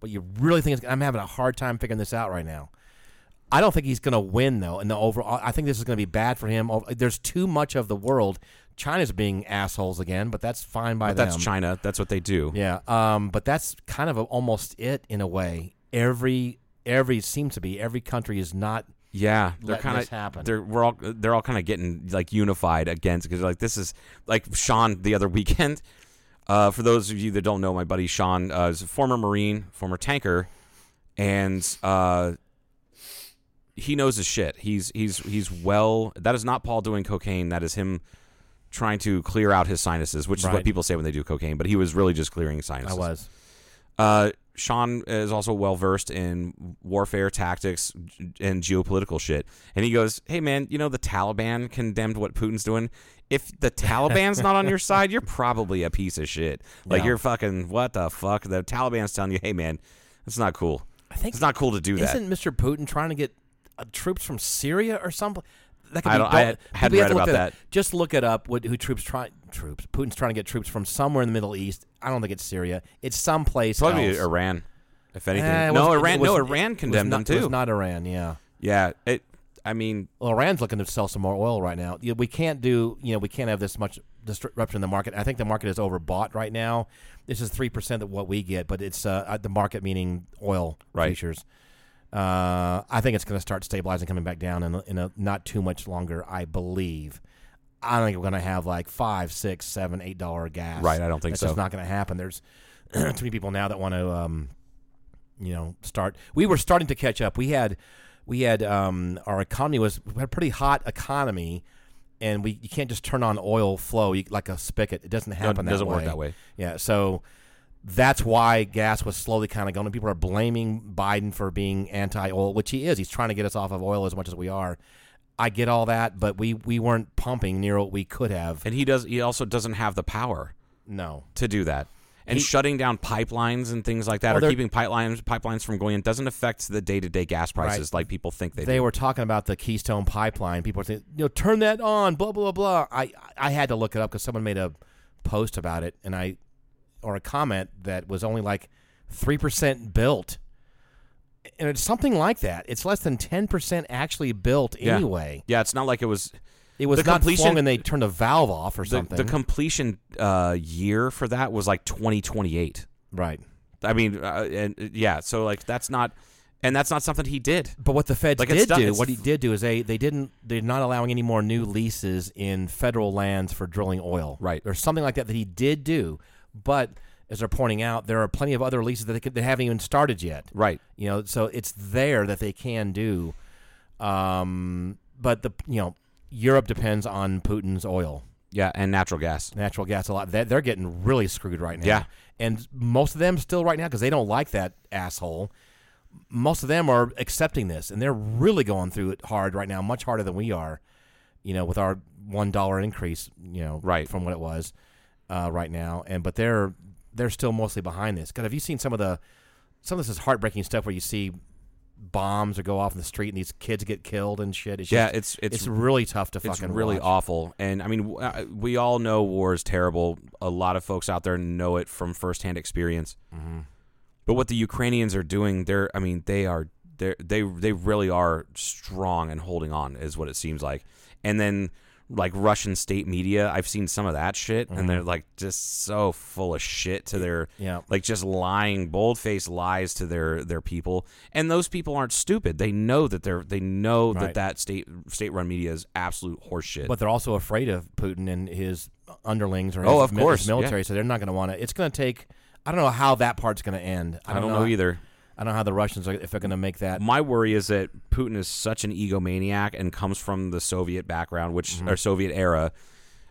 but you really think it's, I'm having a hard time figuring this out right now. I don't think he's going to win though. In the overall, I think this is going to be bad for him. Oh, There's too much of the world. China's being assholes again, but that's fine by
But that's
them.
China. That's what they do.
Yeah, um, but that's kind of almost it in a way. Every every seems to be every country is not.
Yeah, they're
letting
kind
this happen.
of they're we're all they're all kind of getting like unified against because like this is like Sean the other (laughs) weekend. Uh, for those of you that don't know, my buddy Sean uh, is a former Marine, former tanker, and uh, he knows his shit. He's he's he's well. That is not Paul doing cocaine. That is him trying to clear out his sinuses, which is
Right.
what people say when they do cocaine. But he was really just clearing his sinuses.
I was
Uh, Sean is also well versed in warfare tactics and geopolitical shit. And he goes, Hey, man, you know, the Taliban condemned what Putin's doing. If the Taliban's
(laughs)
not on your side, you're probably a piece of shit. Like,
Yeah.
you're fucking, what the fuck? The Taliban's telling you, Hey, man, that's not cool. I
think-
it's not cool to do that.
Isn't Mr. Putin trying to get uh, troops from Syria or something? That could
I
be
don't- I had-
people
hadn't
have to
read
look
about
up. Just look it up. What who troops try troops? Putin's trying to get troops from somewhere in the Middle East. I don't think it's Syria. It's someplace
Probably
else.
Iran, if
Eh,
anything.
it
no,
wasn't-
Iran,
it was-
no,
it
Iran
was
condemned
not,
them
It
too.
was not Iran. Yeah.
yeah. It, I mean,
Well, Iran's looking to sell some more oil right now. Yeah, We can't do, you know, we can't have this much disruption in the market. I think the market is overbought right now. This is three percent of what we get, but it's uh, uh, the market meaning oil
Right.
futures. Uh, I think it's going to start stabilizing, coming back down in a, in a not too much longer. I believe. I don't think we're going to have like five, six, seven, eight dollar gas.
Right, I don't think
That's just
so.
not going to happen. There's (clears throat) too many people now that want to. Um, you know start we were starting to catch up we had we had um our economy was we had a pretty hot economy and we you can't just turn on oil flow you, like a spigot it doesn't happen that
it doesn't
way
work that way.
yeah so that's why gas was slowly kind of going people are blaming biden for being anti-oil which he is he's trying to get us off of oil as much as we are i get all that but we we weren't pumping near what we could have
and he does, he also doesn't have the power.
no
to do that. And shutting down pipelines and things like that,
Well,
or
they're-
keeping pipelines pipelines from going in, doesn't affect the day to day gas prices like people think they,
they
do.
were talking about the Keystone Pipeline. People were saying, you know, turn that on, blah blah blah. I I had to look it up because someone made a post about it, and I or a comment that was only like three percent built, and it's something like that. It's less than ten percent actually built
Yeah.
anyway.
Yeah, it's not like it was
It was
The
not
completion-
flung and they turned a valve off or
the,
something.
the completion uh, year for that was like twenty twenty eight.
right.
I mean, uh, and uh, yeah, so like that's not, and that's not something he did.
But what the feds
Like, it's
did
done-
do,
it's-
what he did do is they, they didn't they're not allowing any more new leases in federal lands for drilling oil.
Right.
There's something like that that he did do, but as they're pointing out, there are plenty of other leases that they, could, they haven't even started yet.
Right.
You know, so it's there that they can do. Um, but the you know, Europe depends on Putin's oil,
Yeah, and natural gas.
natural gas a lot. They're, they're getting really screwed right now.
Yeah.
And most of them still right now because they don't like that asshole most of them are accepting this and they're really going through it hard right now much harder than we are you know with our one dollar increase you know
Right.
from what it was uh, right now and but they're they're still mostly behind this god have you seen some of the some of this is heartbreaking stuff where you see bombs or go off in the street and these kids get killed and shit it's
Yeah,
just-
it's- it's-
really tough to
It's
fucking
really
watch.
awful, and I mean, w- uh, we all
Mm-hmm.
know war is terrible. A lot of folks out there know it from firsthand experience. But what the Ukrainians are doing, they're I mean, they are they they they really are strong and holding on is what it seems like. And then like Russian state media, I've seen some of that shit and they're like just so full of shit to their
Mm-hmm. Yeah.
like just lying bold-faced lies to their their people. And those people aren't stupid. They know that they're they know
Right.
that that state state-run media is absolute horseshit.
But they're also afraid of Putin and his underlings or
Oh,
his
of
mi- his
course, yeah.
military, so they're not going to want to. It's going to take. I don't know how that part's going to end.
I don't know either.
I don't know how the Russians are if they're going to make that.
my worry is that Putin is such an egomaniac and comes from the Soviet background, which
Mm-hmm.
or Soviet era,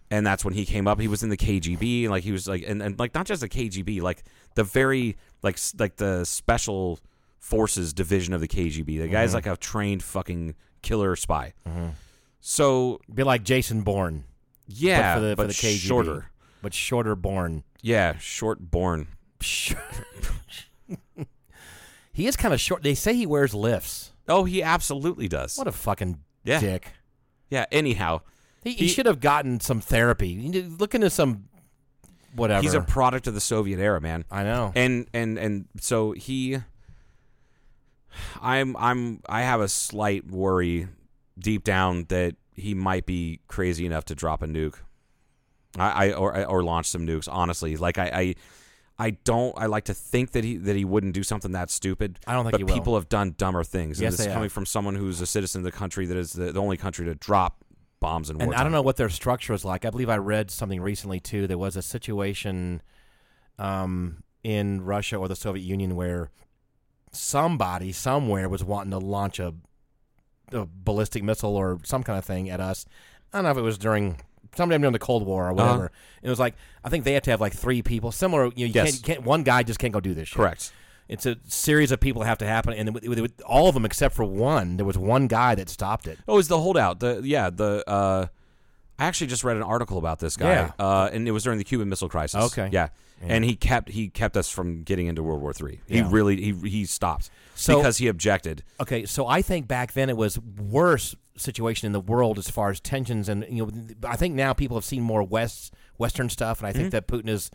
and that's when he came up. He was in the KGB, and like he was like, and, and like not just the KGB, like the very like s- like the special forces division of the KGB. The
Mm-hmm.
guy's like a trained fucking killer spy. So
Be like Jason Bourne,
yeah,
but for the
but
for the KGB,
shorter.
but shorter Bourne. (laughs)
Yeah, short born.
He is kind of short. They say he wears lifts.
Oh, he absolutely does.
What a fucking
Yeah.
dick.
yeah. Anyhow,
He, he should have gotten some therapy. He need- Look into some whatever.
he's a product of the Soviet era, man.
I know.
and and and so he i'm i'm i have a slight worry deep down that he might be crazy enough to drop a nuke i, I or or launch some nukes honestly like i i I don't. I like to think that he that he wouldn't do something that stupid.
I don't think
but
he will.
people have done dumber things.
Yes,
and this
they
is coming
have.
from someone who's a citizen of the country that is the, the only country to drop bombs in
and
wartime.
I don't know what their structure is like. I believe I read something recently too. There was a situation um, in Russia or the Soviet Union where somebody somewhere was wanting to launch a, a ballistic missile or some kind of thing at us. I don't know if it was during sometime during the Cold War
Uh-huh.
or whatever. It was like I think they have to have like three people similar. You, know, you
Yes.
can't, you can't one guy just can't go do this. Shit.
Correct.
It's a series of people have to happen, and with, with, with all of them except for one, there was one guy that stopped it.
Oh, is the holdout? The yeah, the uh, I actually just read an article about this guy.
Yeah.
Uh, and it was during the Cuban Missile Crisis.
Okay.
Yeah. And he kept he kept us from getting into World War Three. He
Yeah.
really he he stopped
So-
because he objected.
Okay, so I think back then it was worse situation in the world as far as tensions and you know I think now people have seen more west western stuff and I
Mm-hmm.
think that Putin is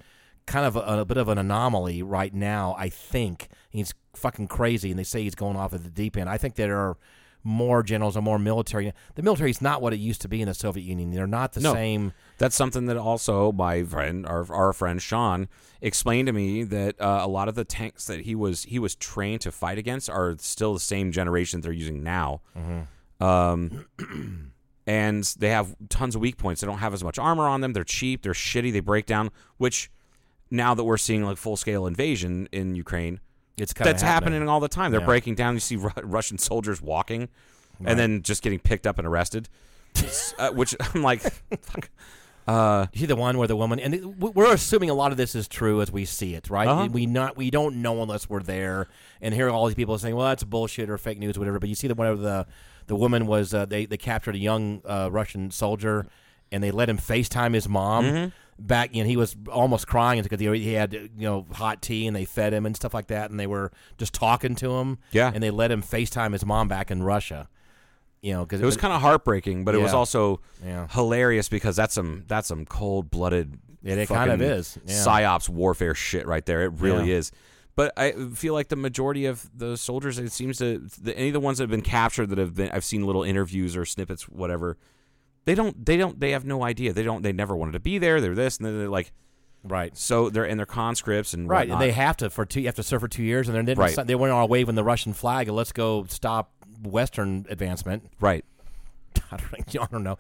kind of a, a bit of an anomaly right now. I think he's fucking crazy and they say he's going off at the deep end. I think there are more generals and more military. The military is not what it used to be in the Soviet Union. They're not the
No.
same.
That's something that also my friend, our, our friend Sean, explained to me that uh, a lot of the tanks that he was he was trained to fight against are still the same generation they're using now. Um, (clears throat) and they have tons of weak points. They don't have as much armor on them. They're cheap. They're shitty. They break down. Which now that we're seeing like full scale invasion in Ukraine,
It's kind
that's
of
happening. all the time. They're
Yeah.
breaking down. You see Ru- Russian soldiers walking, and then just getting picked up and arrested. S- uh, which (laughs) I'm like, fuck.
You see the one where the woman, and it- w- we're assuming a lot of this is true as we see it, right?
Uh-huh.
We not we don't know unless we're there and hear all these people saying, "Well, that's bullshit or fake news, or whatever." But you see the one where the the woman was uh, they they captured a young uh, Russian soldier and they let him FaceTime his mom
Mm-hmm.
back, and he was almost crying because he, he had you know hot tea and they fed him and stuff like that, and they were just talking to him,
Yeah.
and they let him FaceTime his mom back in Russia, you know, because
It was kind of heartbreaking, but it was
Yeah.
also
Yeah.
hilarious because that's some that's some cold blooded.
Yeah, it kind of is. Yeah.
psyops warfare shit right there. It really
Yeah.
is. But I feel like the majority of the soldiers, it seems to the, any of the ones that have been captured that have been I've seen little interviews or snippets, whatever. They don't. They don't. They have no idea. They don't. They never wanted to be there. They're this, and then they're like
right.
so. They're and they're conscripts and
Right,
whatnot.
and they have to for two. You have to serve for two years, and then they didn't
Right.
sign- they went on waving the Russian flag and let's go stop Western advancement. (laughs)
right.
I don't, I don't know.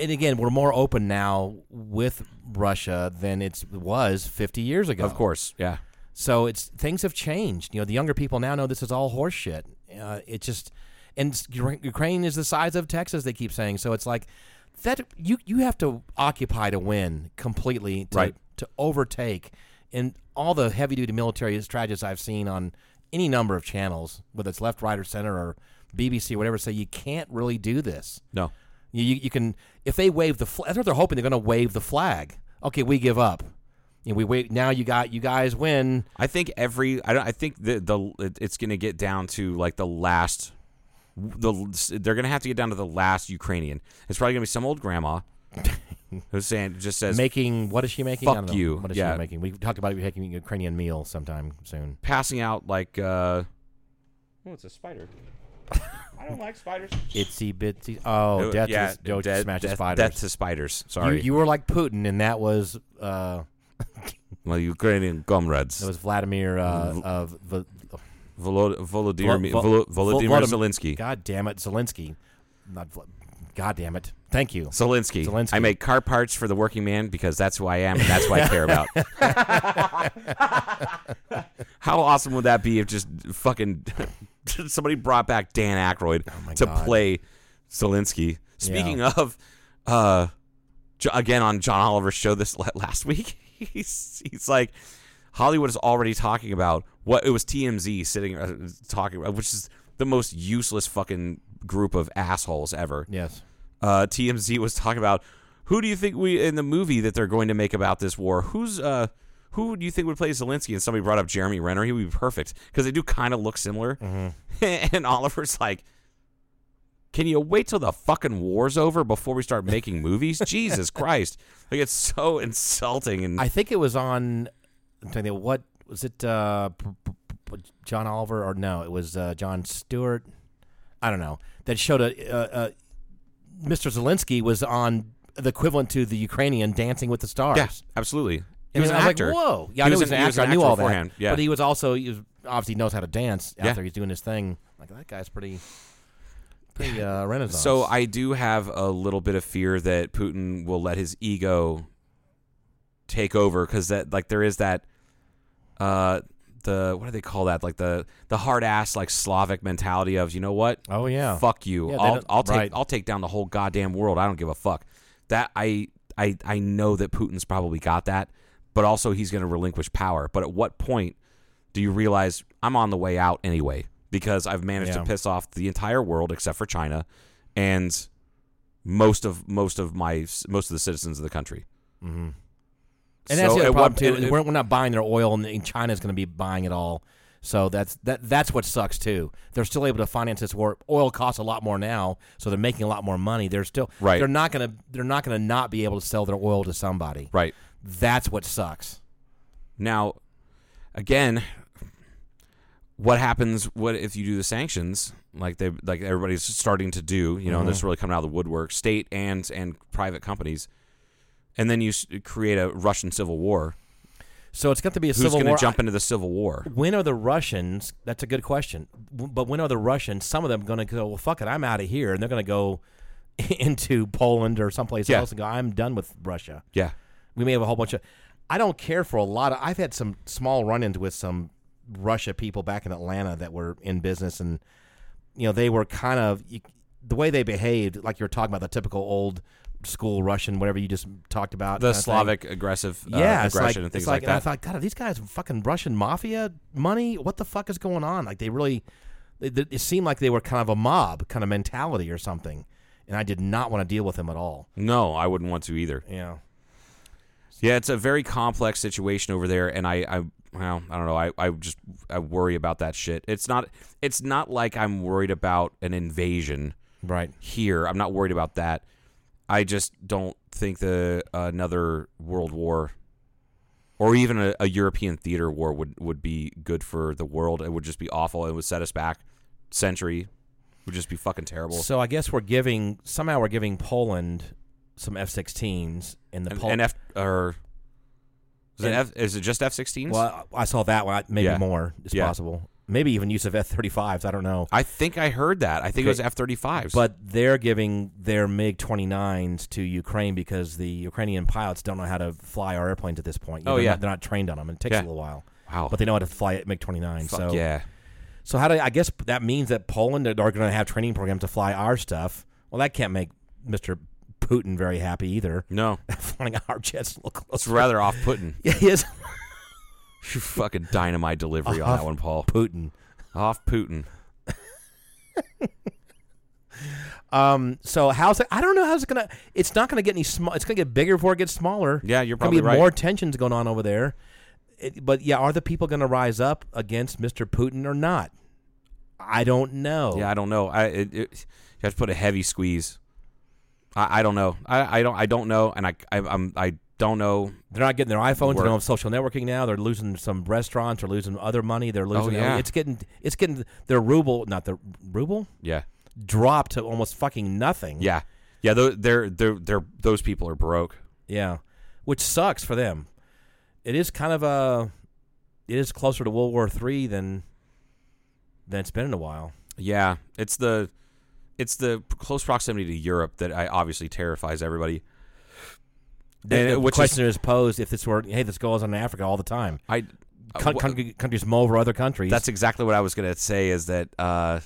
And again, we're more open now with Russia than it was 50 years ago.
Of course. Yeah.
So it's things have changed. You know, the younger people now know this is all horseshit. Uh, it just and s- Ur- Ukraine is the size of Texas. They keep saying so. It's like that you you have to occupy to win completely to
Right.
to overtake. And all the heavy duty military strategists I've seen on any number of channels, whether it's left, right, or center, or BBC, or whatever, say you can't really do this.
No.
You, you, you can if they wave the flag. That's what they're hoping. They're going to wave the flag. Okay, we give up. You know, we wait. Now you got you guys win.
I think every I don't I think the the it- it's going to get down to like the last
(laughs)
the they're going to have to get down to the last Ukrainian. It's probably going to be some old grandma who's saying just says
making what is she making? I
Fuck
don't know.
you.
What is
Yeah.
she making? We talked about it making a Ukrainian meal sometime soon.
passing out like uh oh it's a spider i don't like spiders
Itsy bitsy. Oh, death to the, death, smash the spiders.
death to spiders sorry
You, you were like Putin, and that was uh,
my ukrainian comrades
that was Vladimir
Mm-hmm.
uh, of the
Volod- Volodymyr,
Vol-
Volo-
Vol-
Volodymyr
Volodym-
Zelensky.
God damn it, Zelensky. Not. Vla- God damn it. Thank you.
Zelensky.
Zelensky.
I make car parts for the working man because that's who I am and that's what
(laughs)
I care about. How awesome would that be if just fucking (laughs) somebody brought back Dan Aykroyd to
Oh God.
play Zelensky? Speaking of, uh, Jo- again on John Oliver's show this la- last (laughs) week, he's he's like Hollywood is already talking about what it was TMZ sitting uh, talking about, which is the most useless fucking group of assholes ever
Yes.
uh, TMZ was talking about who do you think we in the movie that they're going to make about this war? Who's uh, who do you think would play Zelensky? And somebody brought up Jeremy Renner. He would be perfect because they do kind of look similar.
Mm-hmm.
(laughs) and Oliver's like, "Can you wait till the fucking war's over before we start
(laughs)
making movies?" Jesus Christ! Like it's so insulting. And
I think it was on. I'm telling you, what was it? Uh, p- p- p- John Oliver or no? It was uh, John Stewart. I don't know. That showed a uh, uh, Mr. Zelensky was on the equivalent to the Ukrainian Dancing with the Stars.
yeah, absolutely. He
And
was an
I was
actor.
Like, Whoa! Yeah,
He
I knew
was
he was
an-
an
he
actor.
was an
I knew
actor
all that.
beforehand, yeah.
But he was also he was, obviously knows how to dance out
Yeah.
there. He's doing his thing. Like that guy's pretty, pretty uh, renaissance.
So I do have a little bit of fear that Putin will let his ego take over because that like there is that uh the what do they call that like the the hard ass like Slavic mentality of you know what
Oh, yeah.
fuck you
Yeah, they
I'll
don't-
I'll take
right.
I'll take down the whole goddamn world I don't give a fuck that I I I know that Putin's probably got that but also he's going to relinquish power but at what point do you realize I'm on the way out anyway because I've managed to
Yeah.
piss off the entire world except for China and most of most of my most of the citizens of the country.
And Mm-hmm. that's
So
the other
at
problem
what-
too.
and-
is we're, we're not buying their oil, and- and China's going to be buying it all. So that's that. That's what sucks too. They're still able to finance this war. Oil costs a lot more now, so they're making a lot more money. They're still
Right.
They're not going to. They're not going to not be able to sell their oil to somebody.
Right.
That's what sucks.
Now, again, what happens? What if you do the sanctions like they like everybody's starting to do? You know, and this
Mm-hmm.
is really coming out of the woodwork, state and and private companies, and then you s- create a Russian civil war.
So it's going to be a
Who's
civil
going to
war.
jump into the civil war?
when are the Russians? That's a good question. W- But when are the Russians? Some of them going to go. Well, fuck it, I'm out of here, and they're going to go (laughs) into Poland or someplace
Yeah.
else and go. I'm done with Russia.
Yeah,
we may have a whole bunch of i don't care for a lot of i've had some small run-ins with some russia people back in atlanta that were in business and you know they were kind of you, the way they behaved like you were talking about the typical old school russian whatever you just talked about
the
kinda thing.
Slavic aggressive uh,
yeah, it's
aggression
like,
and things
it's like,
like, that.
And I thought, God, are these guys fucking Russian mafia money? What the fuck is going on? Like they really, they, they, it seemed like they were kind of a mob kind of mentality or something, and I did not want to deal with them at all.
no, I wouldn't want to either.
Yeah,
Yeah, it's a very complex situation over there, and I, I well, I don't know. I, I just I worry about that shit. It's not it's not like I'm worried about an invasion
right.
here. I'm not worried about that. I just don't think the another world war or even a, a European theater war would would be good for the world. It would just be awful. It would set us back century. It would just be fucking terrible.
So I guess we're giving somehow we're giving Poland some F-16s in the
and,
Pol-
and F or is it,
And-
F, is it just F-16s?
well, I I saw that one. I- Maybe
Yeah.
more is
Yeah.
possible. Maybe even use of F-35s. I don't know.
I think I heard that. I think it was
Okay.
F-35s.
But they're giving their MiG-29s to Ukraine because the Ukrainian pilots don't know how to fly our airplanes at this point. You
Oh,
know, they're
yeah.
not- they're not trained on them. It takes
Yeah.
a little while.
Wow.
But they know how to fly at MiG-29.
Fuck
so
yeah.
So how do I guess that means that Poland are going to have training programs to fly our stuff? Well, that can't make Mister Putin very happy either.
No.
(laughs) flying our jets a little
It's
closer.
rather off putting.
(laughs) Yeah, he is.
(laughs) You fucking dynamite delivery on that one, Paul.
Putin.
Off Putin.
Um, so how's it? I don't know how's it gonna. It's not gonna get any small. It's gonna get bigger before it gets smaller.
Yeah, you're
Gonna be
probably right.
More tensions going on over there. It- but yeah, are the people gonna rise up against Mr. Putin or not? I don't know.
Yeah, I don't know. I it, it, you have to put a heavy squeeze. I, I don't know. I, I don't. I don't know, and I, I I'm I don't know.
They're not getting their iPhones. They
Work.
don't have social networking now. They're losing some restaurants. They're losing other money. They're losing.
Oh, yeah.
It's getting. It's getting their ruble, not their ruble,
Yeah,
dropped to almost fucking nothing.
yeah, yeah. They're, they're they're they're those people are broke.
Yeah, which sucks for them. It is kind of a. It is closer to World War Three than than it's been in a while.
Yeah, it's the it's the p- close proximity to Europe that I obviously terrifies everybody.
The,
And
the
it- which is-
question is, posed if this were hey this goes on in Africa all the time.
I
Coun
wh-
country, countries mull over other countries.
Uh, that's exactly what I was gonna say is that uh,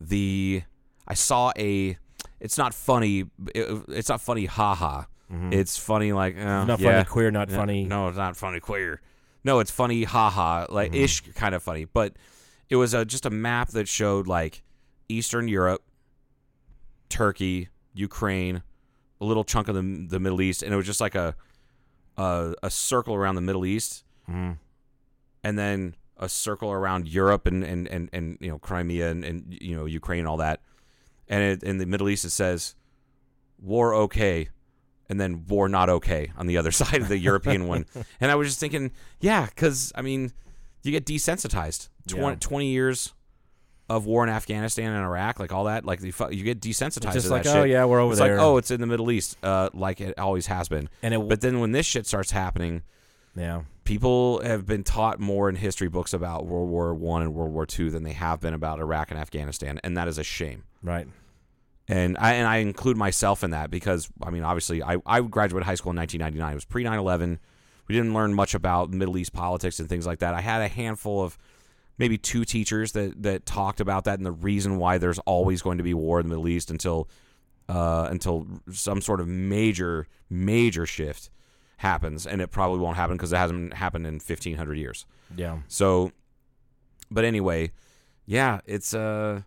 the I saw a it's not funny it, it's not funny haha it's funny like eh,
Mm-hmm. not
yeah.
funny queer, not funny.
No, it's not funny queer. No, it's funny, haha, like
Mm-hmm.
ish, kind of funny. But it was a, just a map that showed like Eastern Europe, Turkey, Ukraine, a little chunk of the the Middle East, and it was just like a a, a circle around the Middle East,
Mm.
and then a circle around Europe and and and, and you know Crimea and, and you know Ukraine and all that, and it, in the Middle East it says war okay and then war not okay on the other (laughs) side of the
(laughs)
European one. And I was just thinking, yeah, because I mean, you get desensitized. 20,
Yeah.
20 years of war in Afghanistan and Iraq, like all that, like you, fu- you get desensitized.
It's just
to
like,
that
oh,
shit.
yeah, we're over
it's
there.
Like oh, it's in the Middle East, uh, like it always has been.
And it w-
but then when this shit starts happening,
Yeah.
people have been taught more in history books about World War One and World War Two than they have been about Iraq and Afghanistan, and that is a shame
Right.
and I and I include myself in that because I mean obviously I I graduated high school in 1999. It was pre 9/11. We didn't learn much about Middle East politics and things like that. I had a handful of maybe two teachers that that talked about that and the reason why there's always going to be war in the Middle East until uh, until some sort of major major shift happens and it probably won't happen because it hasn't happened in 1500 years.
Yeah.
So, but anyway, yeah, it's uh,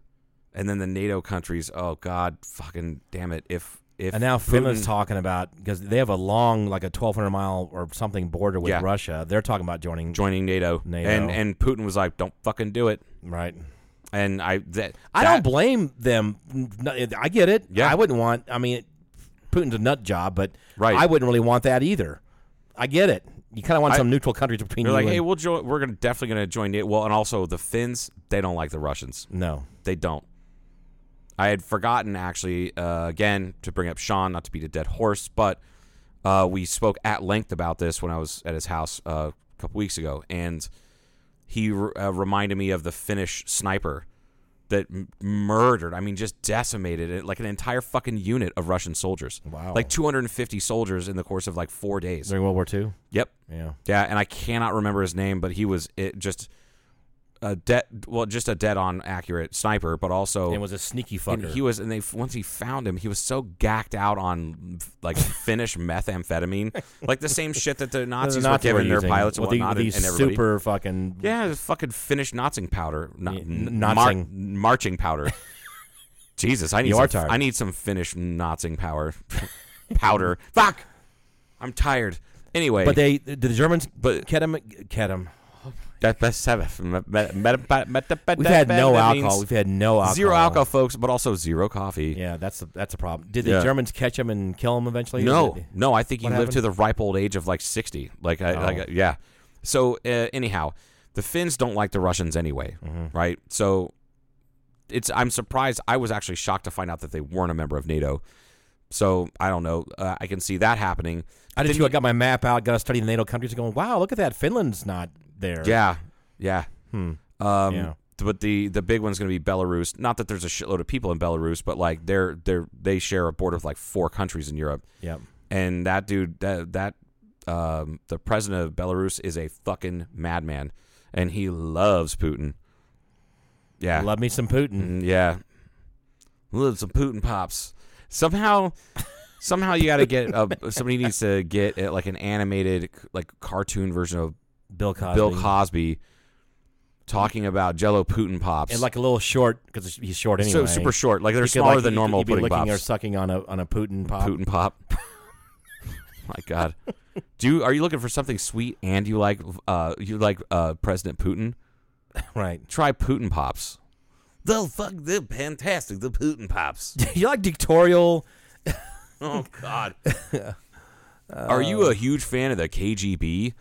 and then the NATO countries. Oh God, fucking damn it! If if
And now
Putin-
Finland's talking about because they have a long, like a twelve hundred mile or something border with
Yeah.
Russia. They're talking about joining.
joining NATO,
NATO.
and and Putin was like, "Don't fucking do it."
right.
And I that
I
that-
don't blame them. N- I get it.
Yeah.
I wouldn't want. I mean, Putin's a nut job, but
Right.
I wouldn't really want that either. I get it. You kind of want
I-
some neutral countries between
They're
you. and,
like, "Hey, we'll join. We're gonna definitely gonna join NATO." Well, and also the Finns, they don't like the Russians.
no.
They don't. I had forgotten actually uh, again to bring up Sean, not to beat a dead horse, but uh, we spoke at length about this when I was at his house uh, a couple weeks ago, and he r- uh, reminded me of the Finnish sniper that m- murdered, I mean, just decimated it like an entire fucking unit of Russian soldiers.
Wow.
Like 250 soldiers in the course of like four days.
During World War II.
Yep.
Yeah.
Yeah, and I cannot remember his name, but he was it just a dead well, just a dead on accurate sniper, but also
And was a sneaky
and
fucker.
he was and they once he found him, he was so gacked out on
(laughs)
like Finnish methamphetamine, like the same shit that the Nazis
Not
were giving their pilots and
with the,
whatnot,
these
and, and everybody.
super fucking
yeah, the fucking Finnish Nazing powder, not,
Yeah,
n-
Nazing.
mar-
(laughs)
marching powder. Jesus, I need
You are
some,
tired.
I need some Finnish Nazing power (laughs) powder. Fuck, I'm tired. Anyway,
But they, the the Germans,
But-
but Kedem, Kedem.
That- that's seven.
We've
We've
had no alcohol. We've had no alcohol.
Zero alcohol, folks, but also zero coffee.
Yeah, that's a, that's a problem. Did the
Yeah.
Germans catch him and kill him eventually? Or
No,
did-
no, I think he
What
lived to
happened?
the ripe old age of like sixty. Like, I,
Oh.
like yeah. So uh, anyhow, the Finns don't like the Russians anyway,
Mm-hmm.
right? So it's I'm surprised. I was actually shocked to find out that they weren't a member of NATO. So I don't know. Uh, I can see that happening.
I did too. I got my map out, got to study the NATO countries, and going, wow, look at that. Finland's not there.
Yeah, yeah. Um,
Yeah.
But the the big one's going to be Belarus. Not that there's a shitload of people in Belarus, but like they're they're they share a border with like four countries in Europe.
Yep.
And that dude, that that um, the president of Belarus is a fucking madman, and he loves Putin. Yeah,
Love me some Putin.
Mm, yeah. Loves some Putin pops. Somehow. Somehow you got to get a, (laughs) somebody needs to get uh like an animated like cartoon version of
Bill Cosby.
Bill Cosby talking about Jello Putin pops.
And like a little short, because he's short anyway.
so super short, like they're
You could,
smaller
like,
than
you-
normal
you'd be
pudding
licking
pops.
or sucking on a, on a Putin pop.
(laughs) Putin pop. (laughs) My God, do you, are you looking for something sweet and you like uh you like uh President Putin?
(laughs) Right. (laughs)
Try Putin (laughs) pops. They'll fuck. They're fantastic. The Putin pops.
you like dictatorial
Oh God. (laughs) Are you a huge fan of the KGB?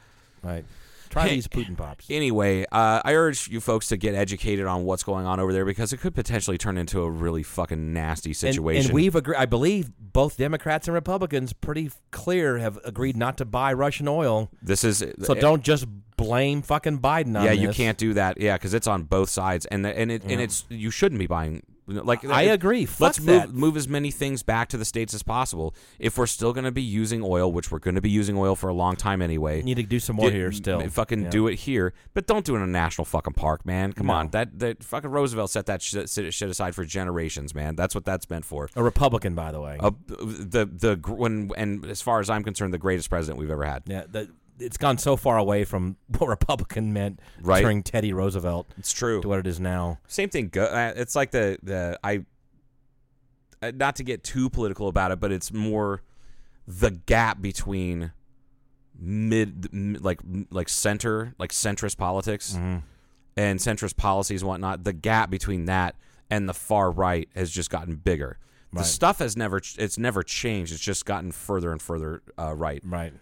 Right. Try these Putin pops.
Anyway, uh, I urge you folks to get educated on what's going on over there because it could potentially turn into a really fucking nasty
And,
situation.
and we've agreed. I believe both Democrats and Republicans, pretty f- clear, have agreed not to buy Russian oil.
this is
So don't just blame fucking Biden on
Yeah, you
this.
can't do that. Yeah, because it's on both sides, and the, and it and it's you shouldn't be buying. Like
I
it-
agree. Fuck
let's
that.
move move as many things back to the states as possible. If we're still going to be using oil, which we're going to be using oil for a long time anyway,
Need to do some more
Di-
here still.
Fucking do it here, but don't do it in a national fucking park, man. Come on, that that fucking Roosevelt set that shit, shit aside for generations, man. That's what that's meant for.
A Republican, by the way.
Uh, the the gr- when and as far as I'm concerned, the greatest president we've ever had.
Yeah, the, it's gone so far away from (laughs) what Republican meant
Right.
during Teddy Roosevelt
It's true.
to what it is now.
Same thing. Go, uh, it's like the the I. uh, Not to get too political about it, but it's more the gap between mid, m like like center like centrist politics and centrist policies and whatnot. The gap between that and the far right has just gotten bigger. The stuff has never ch- it's never changed. It's just gotten further and further uh, right.
Right.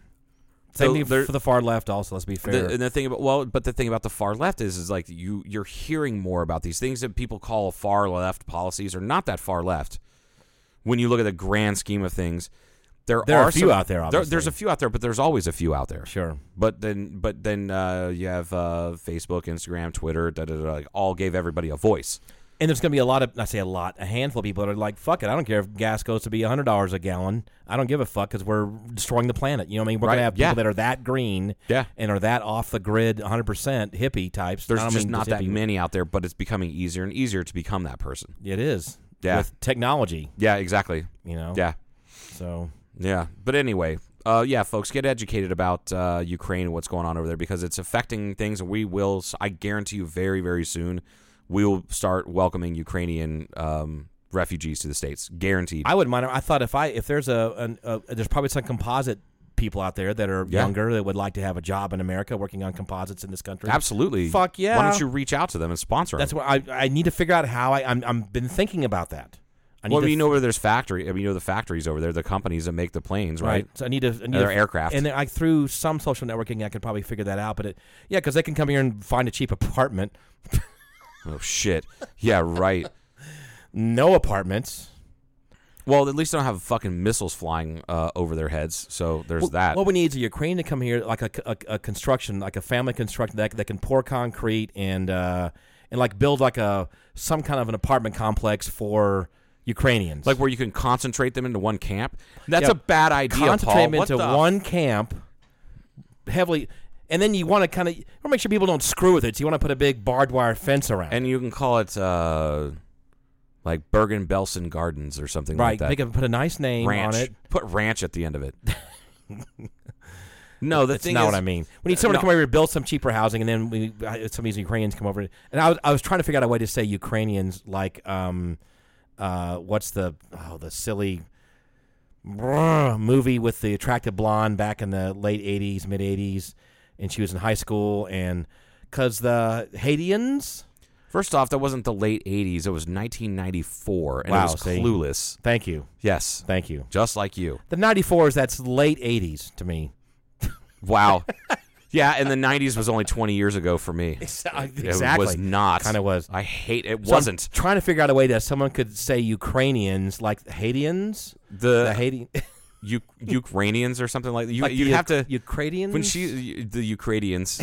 Same
So
thing
there-
for the far left. Also, let's be fair.
The, and the thing about well, but the thing about the far left is, is like you you're hearing more about these things that people call far left policies are not that far left. When you look at the grand scheme of things, there,
There are a
some-
few out there,
there's
obviously.
a few out there, but there's always a few out there.
Sure.
But then, but then uh, you have uh, Facebook, Instagram, Twitter, da, da, da, like all gave everybody a voice.
and there's going to be a lot of, I say a lot, a handful of people that are like, fuck it. I don't care if gas goes to be $100 a gallon. I don't give a fuck because we're destroying the planet. You know what I mean? We're going
Right,
to have people
yeah.
that are that green
Yeah.
and are that off the grid 100% hippie types.
There's
I don't
just
mean
not that
hippie.
many out there, but it's becoming easier and easier to become that person.
It is.
Yeah.
With technology,
Yeah, exactly.
you know?
Yeah.
So,
Yeah, but anyway, uh, yeah, folks, get educated about uh, Ukraine and what's going on over there because it's affecting things, and we will. I guarantee you, very very soon, we will start welcoming Ukrainian um, refugees to the states. Guaranteed.
I wouldn't mind. I thought if I if there's a, an, a there's probably some composite people out there that are
Yeah.
younger that would like to have a job in America working on composites in this country.
Absolutely.
Fuck yeah.
Why don't you reach out to them and sponsor them?
That's what I I need to figure out how I I'm I'm been thinking about that. I need
well,
to
you know where there's factory. I mean, you know the factories over there, the companies that make the planes, right?
right? So I need to. I need
their
to-
aircraft.
And then I through some social networking, I could probably figure that out. But it, yeah, because they can come here and find a cheap apartment.
Oh shit. Yeah,
(laughs)
right.
No apartments.
well, at least they don't have fucking missiles flying uh, over their heads, so there's that.
What we need is a Ukraine to come here, like a, a, a construction, like a family construction that that can pour concrete and uh, and like build like a some kind of an apartment complex for Ukrainians.
like where you can concentrate them into one camp. That's
Yeah.
a bad idea.
concentrate
Paul.
them
What
into
the-
one camp, heavily. And then you want to kind of want to make sure people don't screw with it. So you want to put a big barbed wire fence around.
and you can call it uh, like Bergen Belsen Gardens or something
right,
like
they
that.
can put a nice name
ranch.
on it.
Put ranch at the end
(laughs)
of it. no, the
That's
thing
not
is,
what I mean. We need someone
No.
to come over here, build some cheaper housing, and then we I- some of these Ukrainians come over. And I was, I was trying to figure out a way to say Ukrainians like um, uh, what's the oh the silly brr, movie with the attractive blonde back in the late '80s, mid '80s, and she was in high school, and because the Haitians.
First off, that wasn't the late '80s. It was 1994, and it
Wow,
was
see?
clueless.
Thank you,
Yes,
thank you.
just like you.
The '94s that's late '80s to me. (laughs)
Wow. yeah, and the '90s was only 20 years ago for me.
Exactly.
It was not.
Kinda was.
I hate it.
So I'm
wasn't
trying to figure out a way that someone could say Ukrainians like Haitians.
the,
the Haiti. (laughs)
U- Ukrainians or something like that. You,
Hmm. Like
you'd
the
have to
Uk- Ukrainians?
when she the
(laughs)
Ukrainians.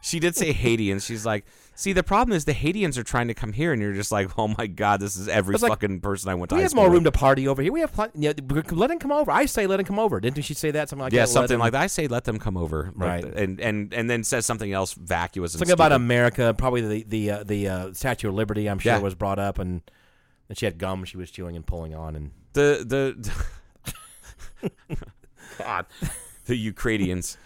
she did say Haitians. She's like, see, the problem is the Haitians are trying to come here, and you're just like, oh my god, this is every
It's like,
fucking person I went to.
we
high
have
school
more room
with."
to party over here. We have plenty. Yeah, we could let him come over. I say let him come over. Didn't she say that something like
Yeah,
that? Let
something
him-
like that. I say let them come over,
Right.
like, And and and then says something else vacuous. And
Something about
stupid.
America. Probably the the uh, the uh, Statue of Liberty. I'm sure
Yeah.
was brought up, and and she had gum she was chewing and pulling on, and
the the (laughs) God, the Ukrainians.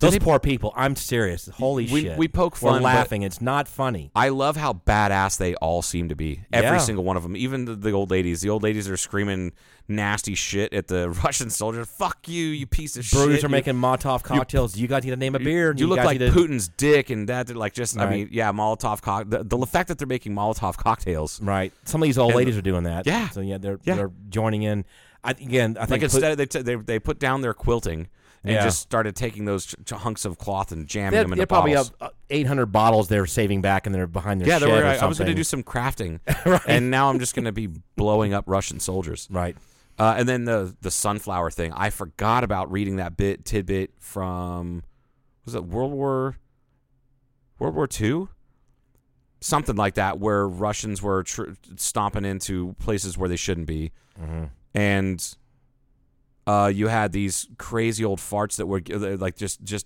Those
they-
poor people. I'm serious. Holy
We-
shit.
we poke
We're
fun, but-
laughing. It's not funny.
I love how badass they all seem to be. Every
Yeah.
single one of them, even the, the old ladies. The old ladies are screaming nasty shit at the (laughs) Russian soldiers. Fuck you, you piece of shit.
Breweries are
You-
making Molotov cocktails. You, guys need to name a beer.
You, look
guys
like
need to-
Putin's dick, and that like just. I
Right.
mean, yeah, Molotov cock. The, the fact that they're making Molotov cocktails.
Right. Some of these old
And-
ladies are doing that.
Yeah.
So yeah, they're
Yeah.
they're joining in. I again, I think
Like
Put-
instead, they, t- they they put down their quilting and
Yeah.
just started taking those ch- ch- hunks of cloth and jamming
they
them
are
into
probably
bottles.
up uh, 800 bottles they're saving back and they're behind their
yeah, they
shed
were,
or
I, I was going
something.
to do some
(laughs)
crafting, and now I'm just going to be blowing up Russian soldiers.
Right.
Uh, and then the the sunflower thing. I forgot about reading that bit tidbit from was it World War World War Two, something like that, where Russians were tr- stomping into places where they shouldn't be,
Mm-hmm.
and uh, you had these crazy old farts that were uh, like just just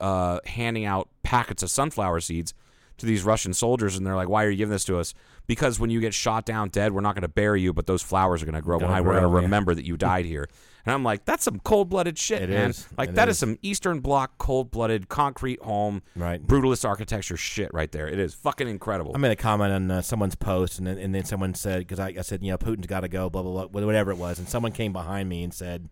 uh, handing out packets of sunflower seeds to these Russian soldiers, and they're like, "Why are you giving this to us? Because when you get shot down dead, we're not going to bury you, but those flowers are going to grow,
Gonna
and I- we're going to
grow, yeah.
remember that you died here." And I'm like, "That's some cold blooded shit,
It
man.
is.
Like
It
that is
is.
some Eastern Bloc cold blooded concrete home,
Right.
Brutalist architecture shit right there. It is fucking incredible.
I made a comment on uh, someone's post, and then, and then someone said, because I, I said, you know, Putin's got to go, blah, blah, blah, whatever it was. And someone came behind me and said,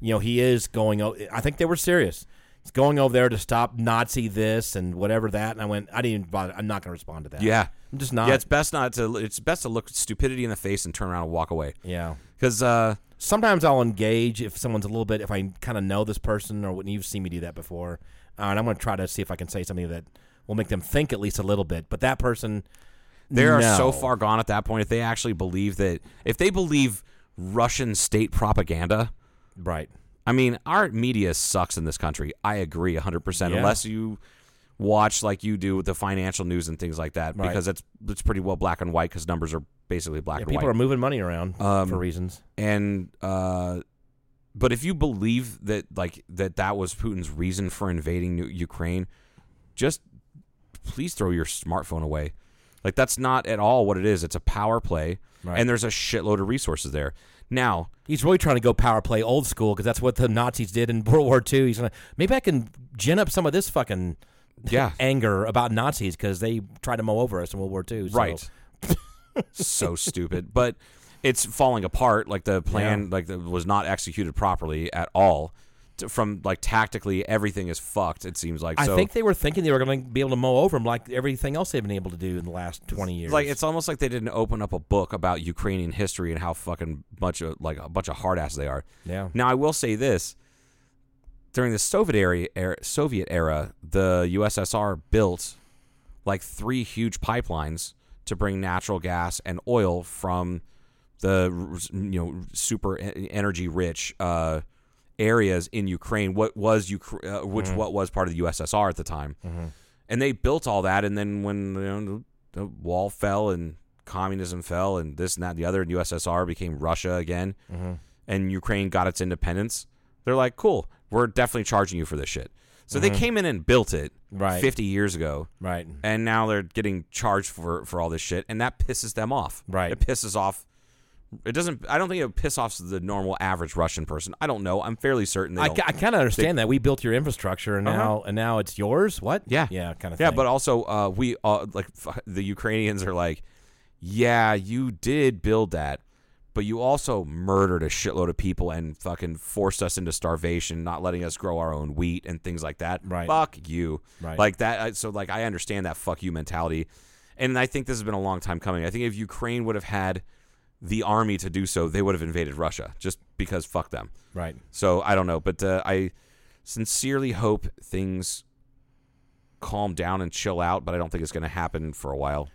you know, he is going, o- I think they were serious. He's going over there to stop Nazi this and whatever that. And I went, I didn't even bother. I'm not going to respond to that.
yeah,
I'm just not.
Yeah, it's best not to. It's best to look stupidity in the face and turn around and walk away.
yeah.
Because uh,
sometimes I'll engage if someone's a little bit if I kind of know this person or when you've seen me do that before, uh, and I'm going to try to see if I can say something that will make them think at least a little bit. But that person,
They are
no.
so far gone at that point. If they actually believe that, if they believe Russian state propaganda,
right?
I mean, our media sucks in this country. I agree 100%.
Yeah.
Unless you watch like you do with the financial news and things like that,
Right.
because that's, that's pretty well black and white because numbers are basically black
Yeah,
and
people
white.
are moving money around
Um,
for reasons.
and, uh, but if you believe that like that that was Putin's reason for invading New- Ukraine, just please throw your smartphone away. Like that's not at all what it is. It's a power play,
Right.
and there's a shitload of resources there.
(laughs)
Now,
He's really trying to go power play old school because that's what the Nazis did in (laughs) World War II. He's going to maybe I can gin up some of this fucking
yeah,
anger about Nazis because they tried to mow over us in World War II. So.
(laughs) right. so stupid, but it's falling apart. Like the plan, like that was not executed properly at all. To- From like tactically, everything is fucked. It seems like
I
so.
think they were thinking they were going to be able to mow over them like everything else they've been able to do in the last twenty years.
like it's almost like they didn't open up a book about Ukrainian history and how fucking bunch of like a bunch of hard ass they are.
Yeah.
Now I will say this: during the Soviet era, era, Soviet era, the USSR built like three huge pipelines to bring natural gas and oil from the you know super e, energy rich uh, areas in Ukraine. What was Ukra- uh, which what was part of the USSR at the time, and they built all that. And then when you know, the wall fell and communism fell and this and that and the other, and USSR became Russia again, and Ukraine got its independence. They're like, cool, we're definitely charging you for this shit. So they came in and built it
Right.
50 years ago
right.
and now they're getting charged for for all this shit and that pisses them off
Right.
it pisses off it doesn't i don't think it would piss off the normal average russian person i don't know i'm fairly certain they
I,
don't.
kind of understand that we built your infrastructure and now and now it's yours. What?
yeah
yeah, kind of.
yeah but also uh we uh like (laughs) f- the ukrainians are like yeah you did build that but you also murdered a shitload of people and fucking forced us into starvation, not letting us grow our own wheat and things like that.
Right.
Fuck you.
Right.
Like that. I- So like I understand that fuck you mentality, and I think this has been a long time coming. I think if Ukraine would have had the army to do so, they would have invaded Russia just because fuck them.
right.
So I don't know, but uh, I sincerely hope things calm down and chill out. But I don't think it's going to happen for a while.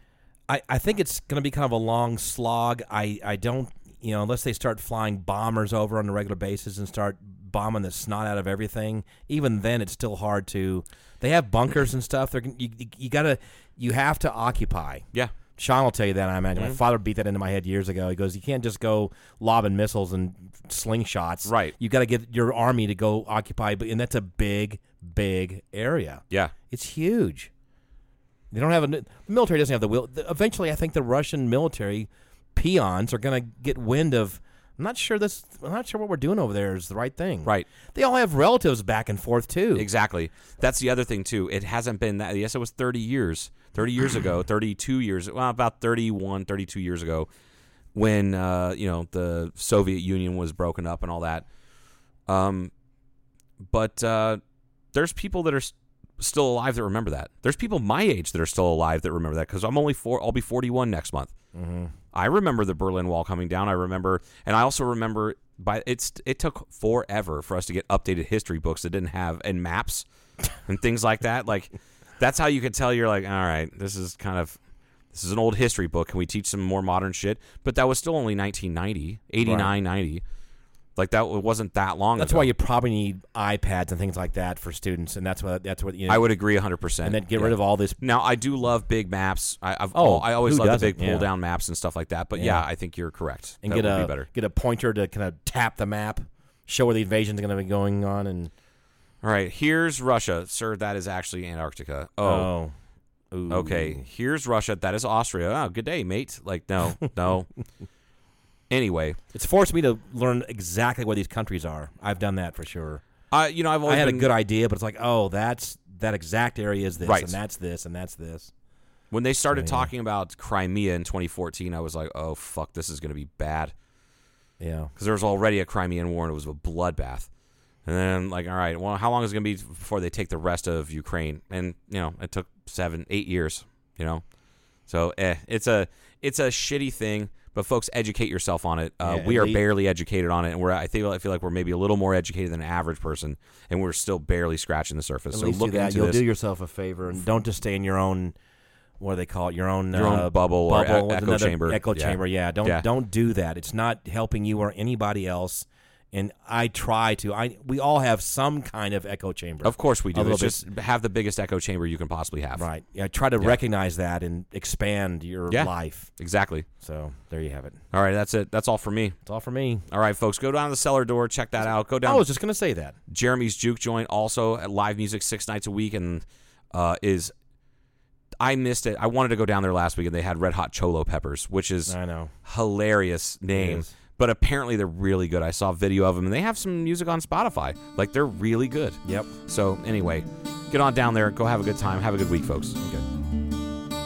I, I think it's going to be kind of a long slog. I I don't you know unless they start flying bombers over on a regular basis and start bombing the snot out of everything. Even then, it's still hard to. They have bunkers and stuff. They're gon- you, you- you gotta you have to occupy.
Yeah.
Sean will tell you that. I imagine
Mm-hmm.
my father beat that into my head years ago. He goes, "You can't just go lobbing missiles and slingshots.
Right.
You got to get your army to go occupy, but and that's a big, big area.
Yeah.
it's huge. They don't have a the military doesn't have the will. the- Eventually, I think the Russian military peons are going to get wind of I'm not sure this. I'm not sure what we're doing over there is the right thing.
Right.
They all have relatives back and forth too.
Exactly. That's the other thing too. It hasn't been that. Yes, it was 30 years, 30 years ago, 32 years, well, about 31, 32 years ago, when uh, you know the Soviet Union was broken up and all that. Um, but uh, there's people that are s- still alive that remember that. There's people my age that are still alive that remember that because I'm only four. I'll be 41 next month.
Mm-hmm.
I remember the Berlin Wall coming down. I remember, and I also remember by it's it took forever for us to get updated history books that didn't have and maps and things like that. Like that's how you could tell you're like, all right, this is kind of this is an old history book. Can we teach some more modern shit? But that was still only 1990, 89, 90. Like that it wasn't that long.
That's
ago.
why you probably need iPads and things like that for students, and that's what that's what you know,
I would agree 100. percent
and then get rid of all this.
Now I do love big maps. I, I've
Oh,
oh, I always
who
love the
doesn't?
big pull
Yeah.
down maps and stuff like that. But yeah, I think you're correct.
And
that
get
would
a
be better.
get a pointer to kind of tap the map, show where the invasion's going to be going on, and
All right, here's Russia, sir. That is actually Antarctica. Oh,
oh, Ooh.
okay. Here's Russia. That is Austria. Oh, good day, mate. Like, no,
(laughs)
no. anyway,
It's forced me to learn exactly where these countries are. I've done that for sure.
I you know I've
I
always
had a
been,
good idea, but it's like, oh, that's that exact area is this,
Right.
and that's this, and that's this.
when they started talking about Crimea in 2014. I was like, oh fuck, this is gonna be bad
Yeah,
because there was already a Crimean war and it was a bloodbath. And then like, all right, well, how long is it gonna be before they take the rest of Ukraine? And you know, it took seven, eight years. You know, So eh, it's a it's a shitty thing. But folks, educate yourself on it. Uh,
Yeah,
we are
elite.
barely educated on it, and we're I think I feel like we're maybe a little more educated than an average person, and we're still barely scratching the surface.
at
so
least
look
do that.
into
You'll
this.
do yourself a favor and don't just stay in your own. What do they call it? Your own
Your own
uh,
bubble or e-
with
echo
another
chamber.
Echo
Yeah.
chamber. Yeah. Don't
Yeah.
don't do that. It's not helping you or anybody else. And I try to. I we all have some kind of echo chamber.
of course we
A
do.
little
It's just have the biggest echo chamber you can possibly have.
Right. Yeah. Try to recognize that and expand your
Yeah.
life.
Exactly.
So there you have it.
All right, that's it. That's all for me.
It's all for me.
All right, folks, go down to the cellar door, check that out. Go down.
I was just gonna say that.
Jeremy's Juke Joint also at live music six nights a week and uh, is I missed it. I wanted to go down there last week and they had Red Hot Cholo Peppers, which is
I know.
hilarious name.
is.
But apparently they're really good. I saw a video of them and they have some music on Spotify. Like they're really good.
Yep.
So anyway, get on down there, go have a good time, have a good week, folks.
Okay.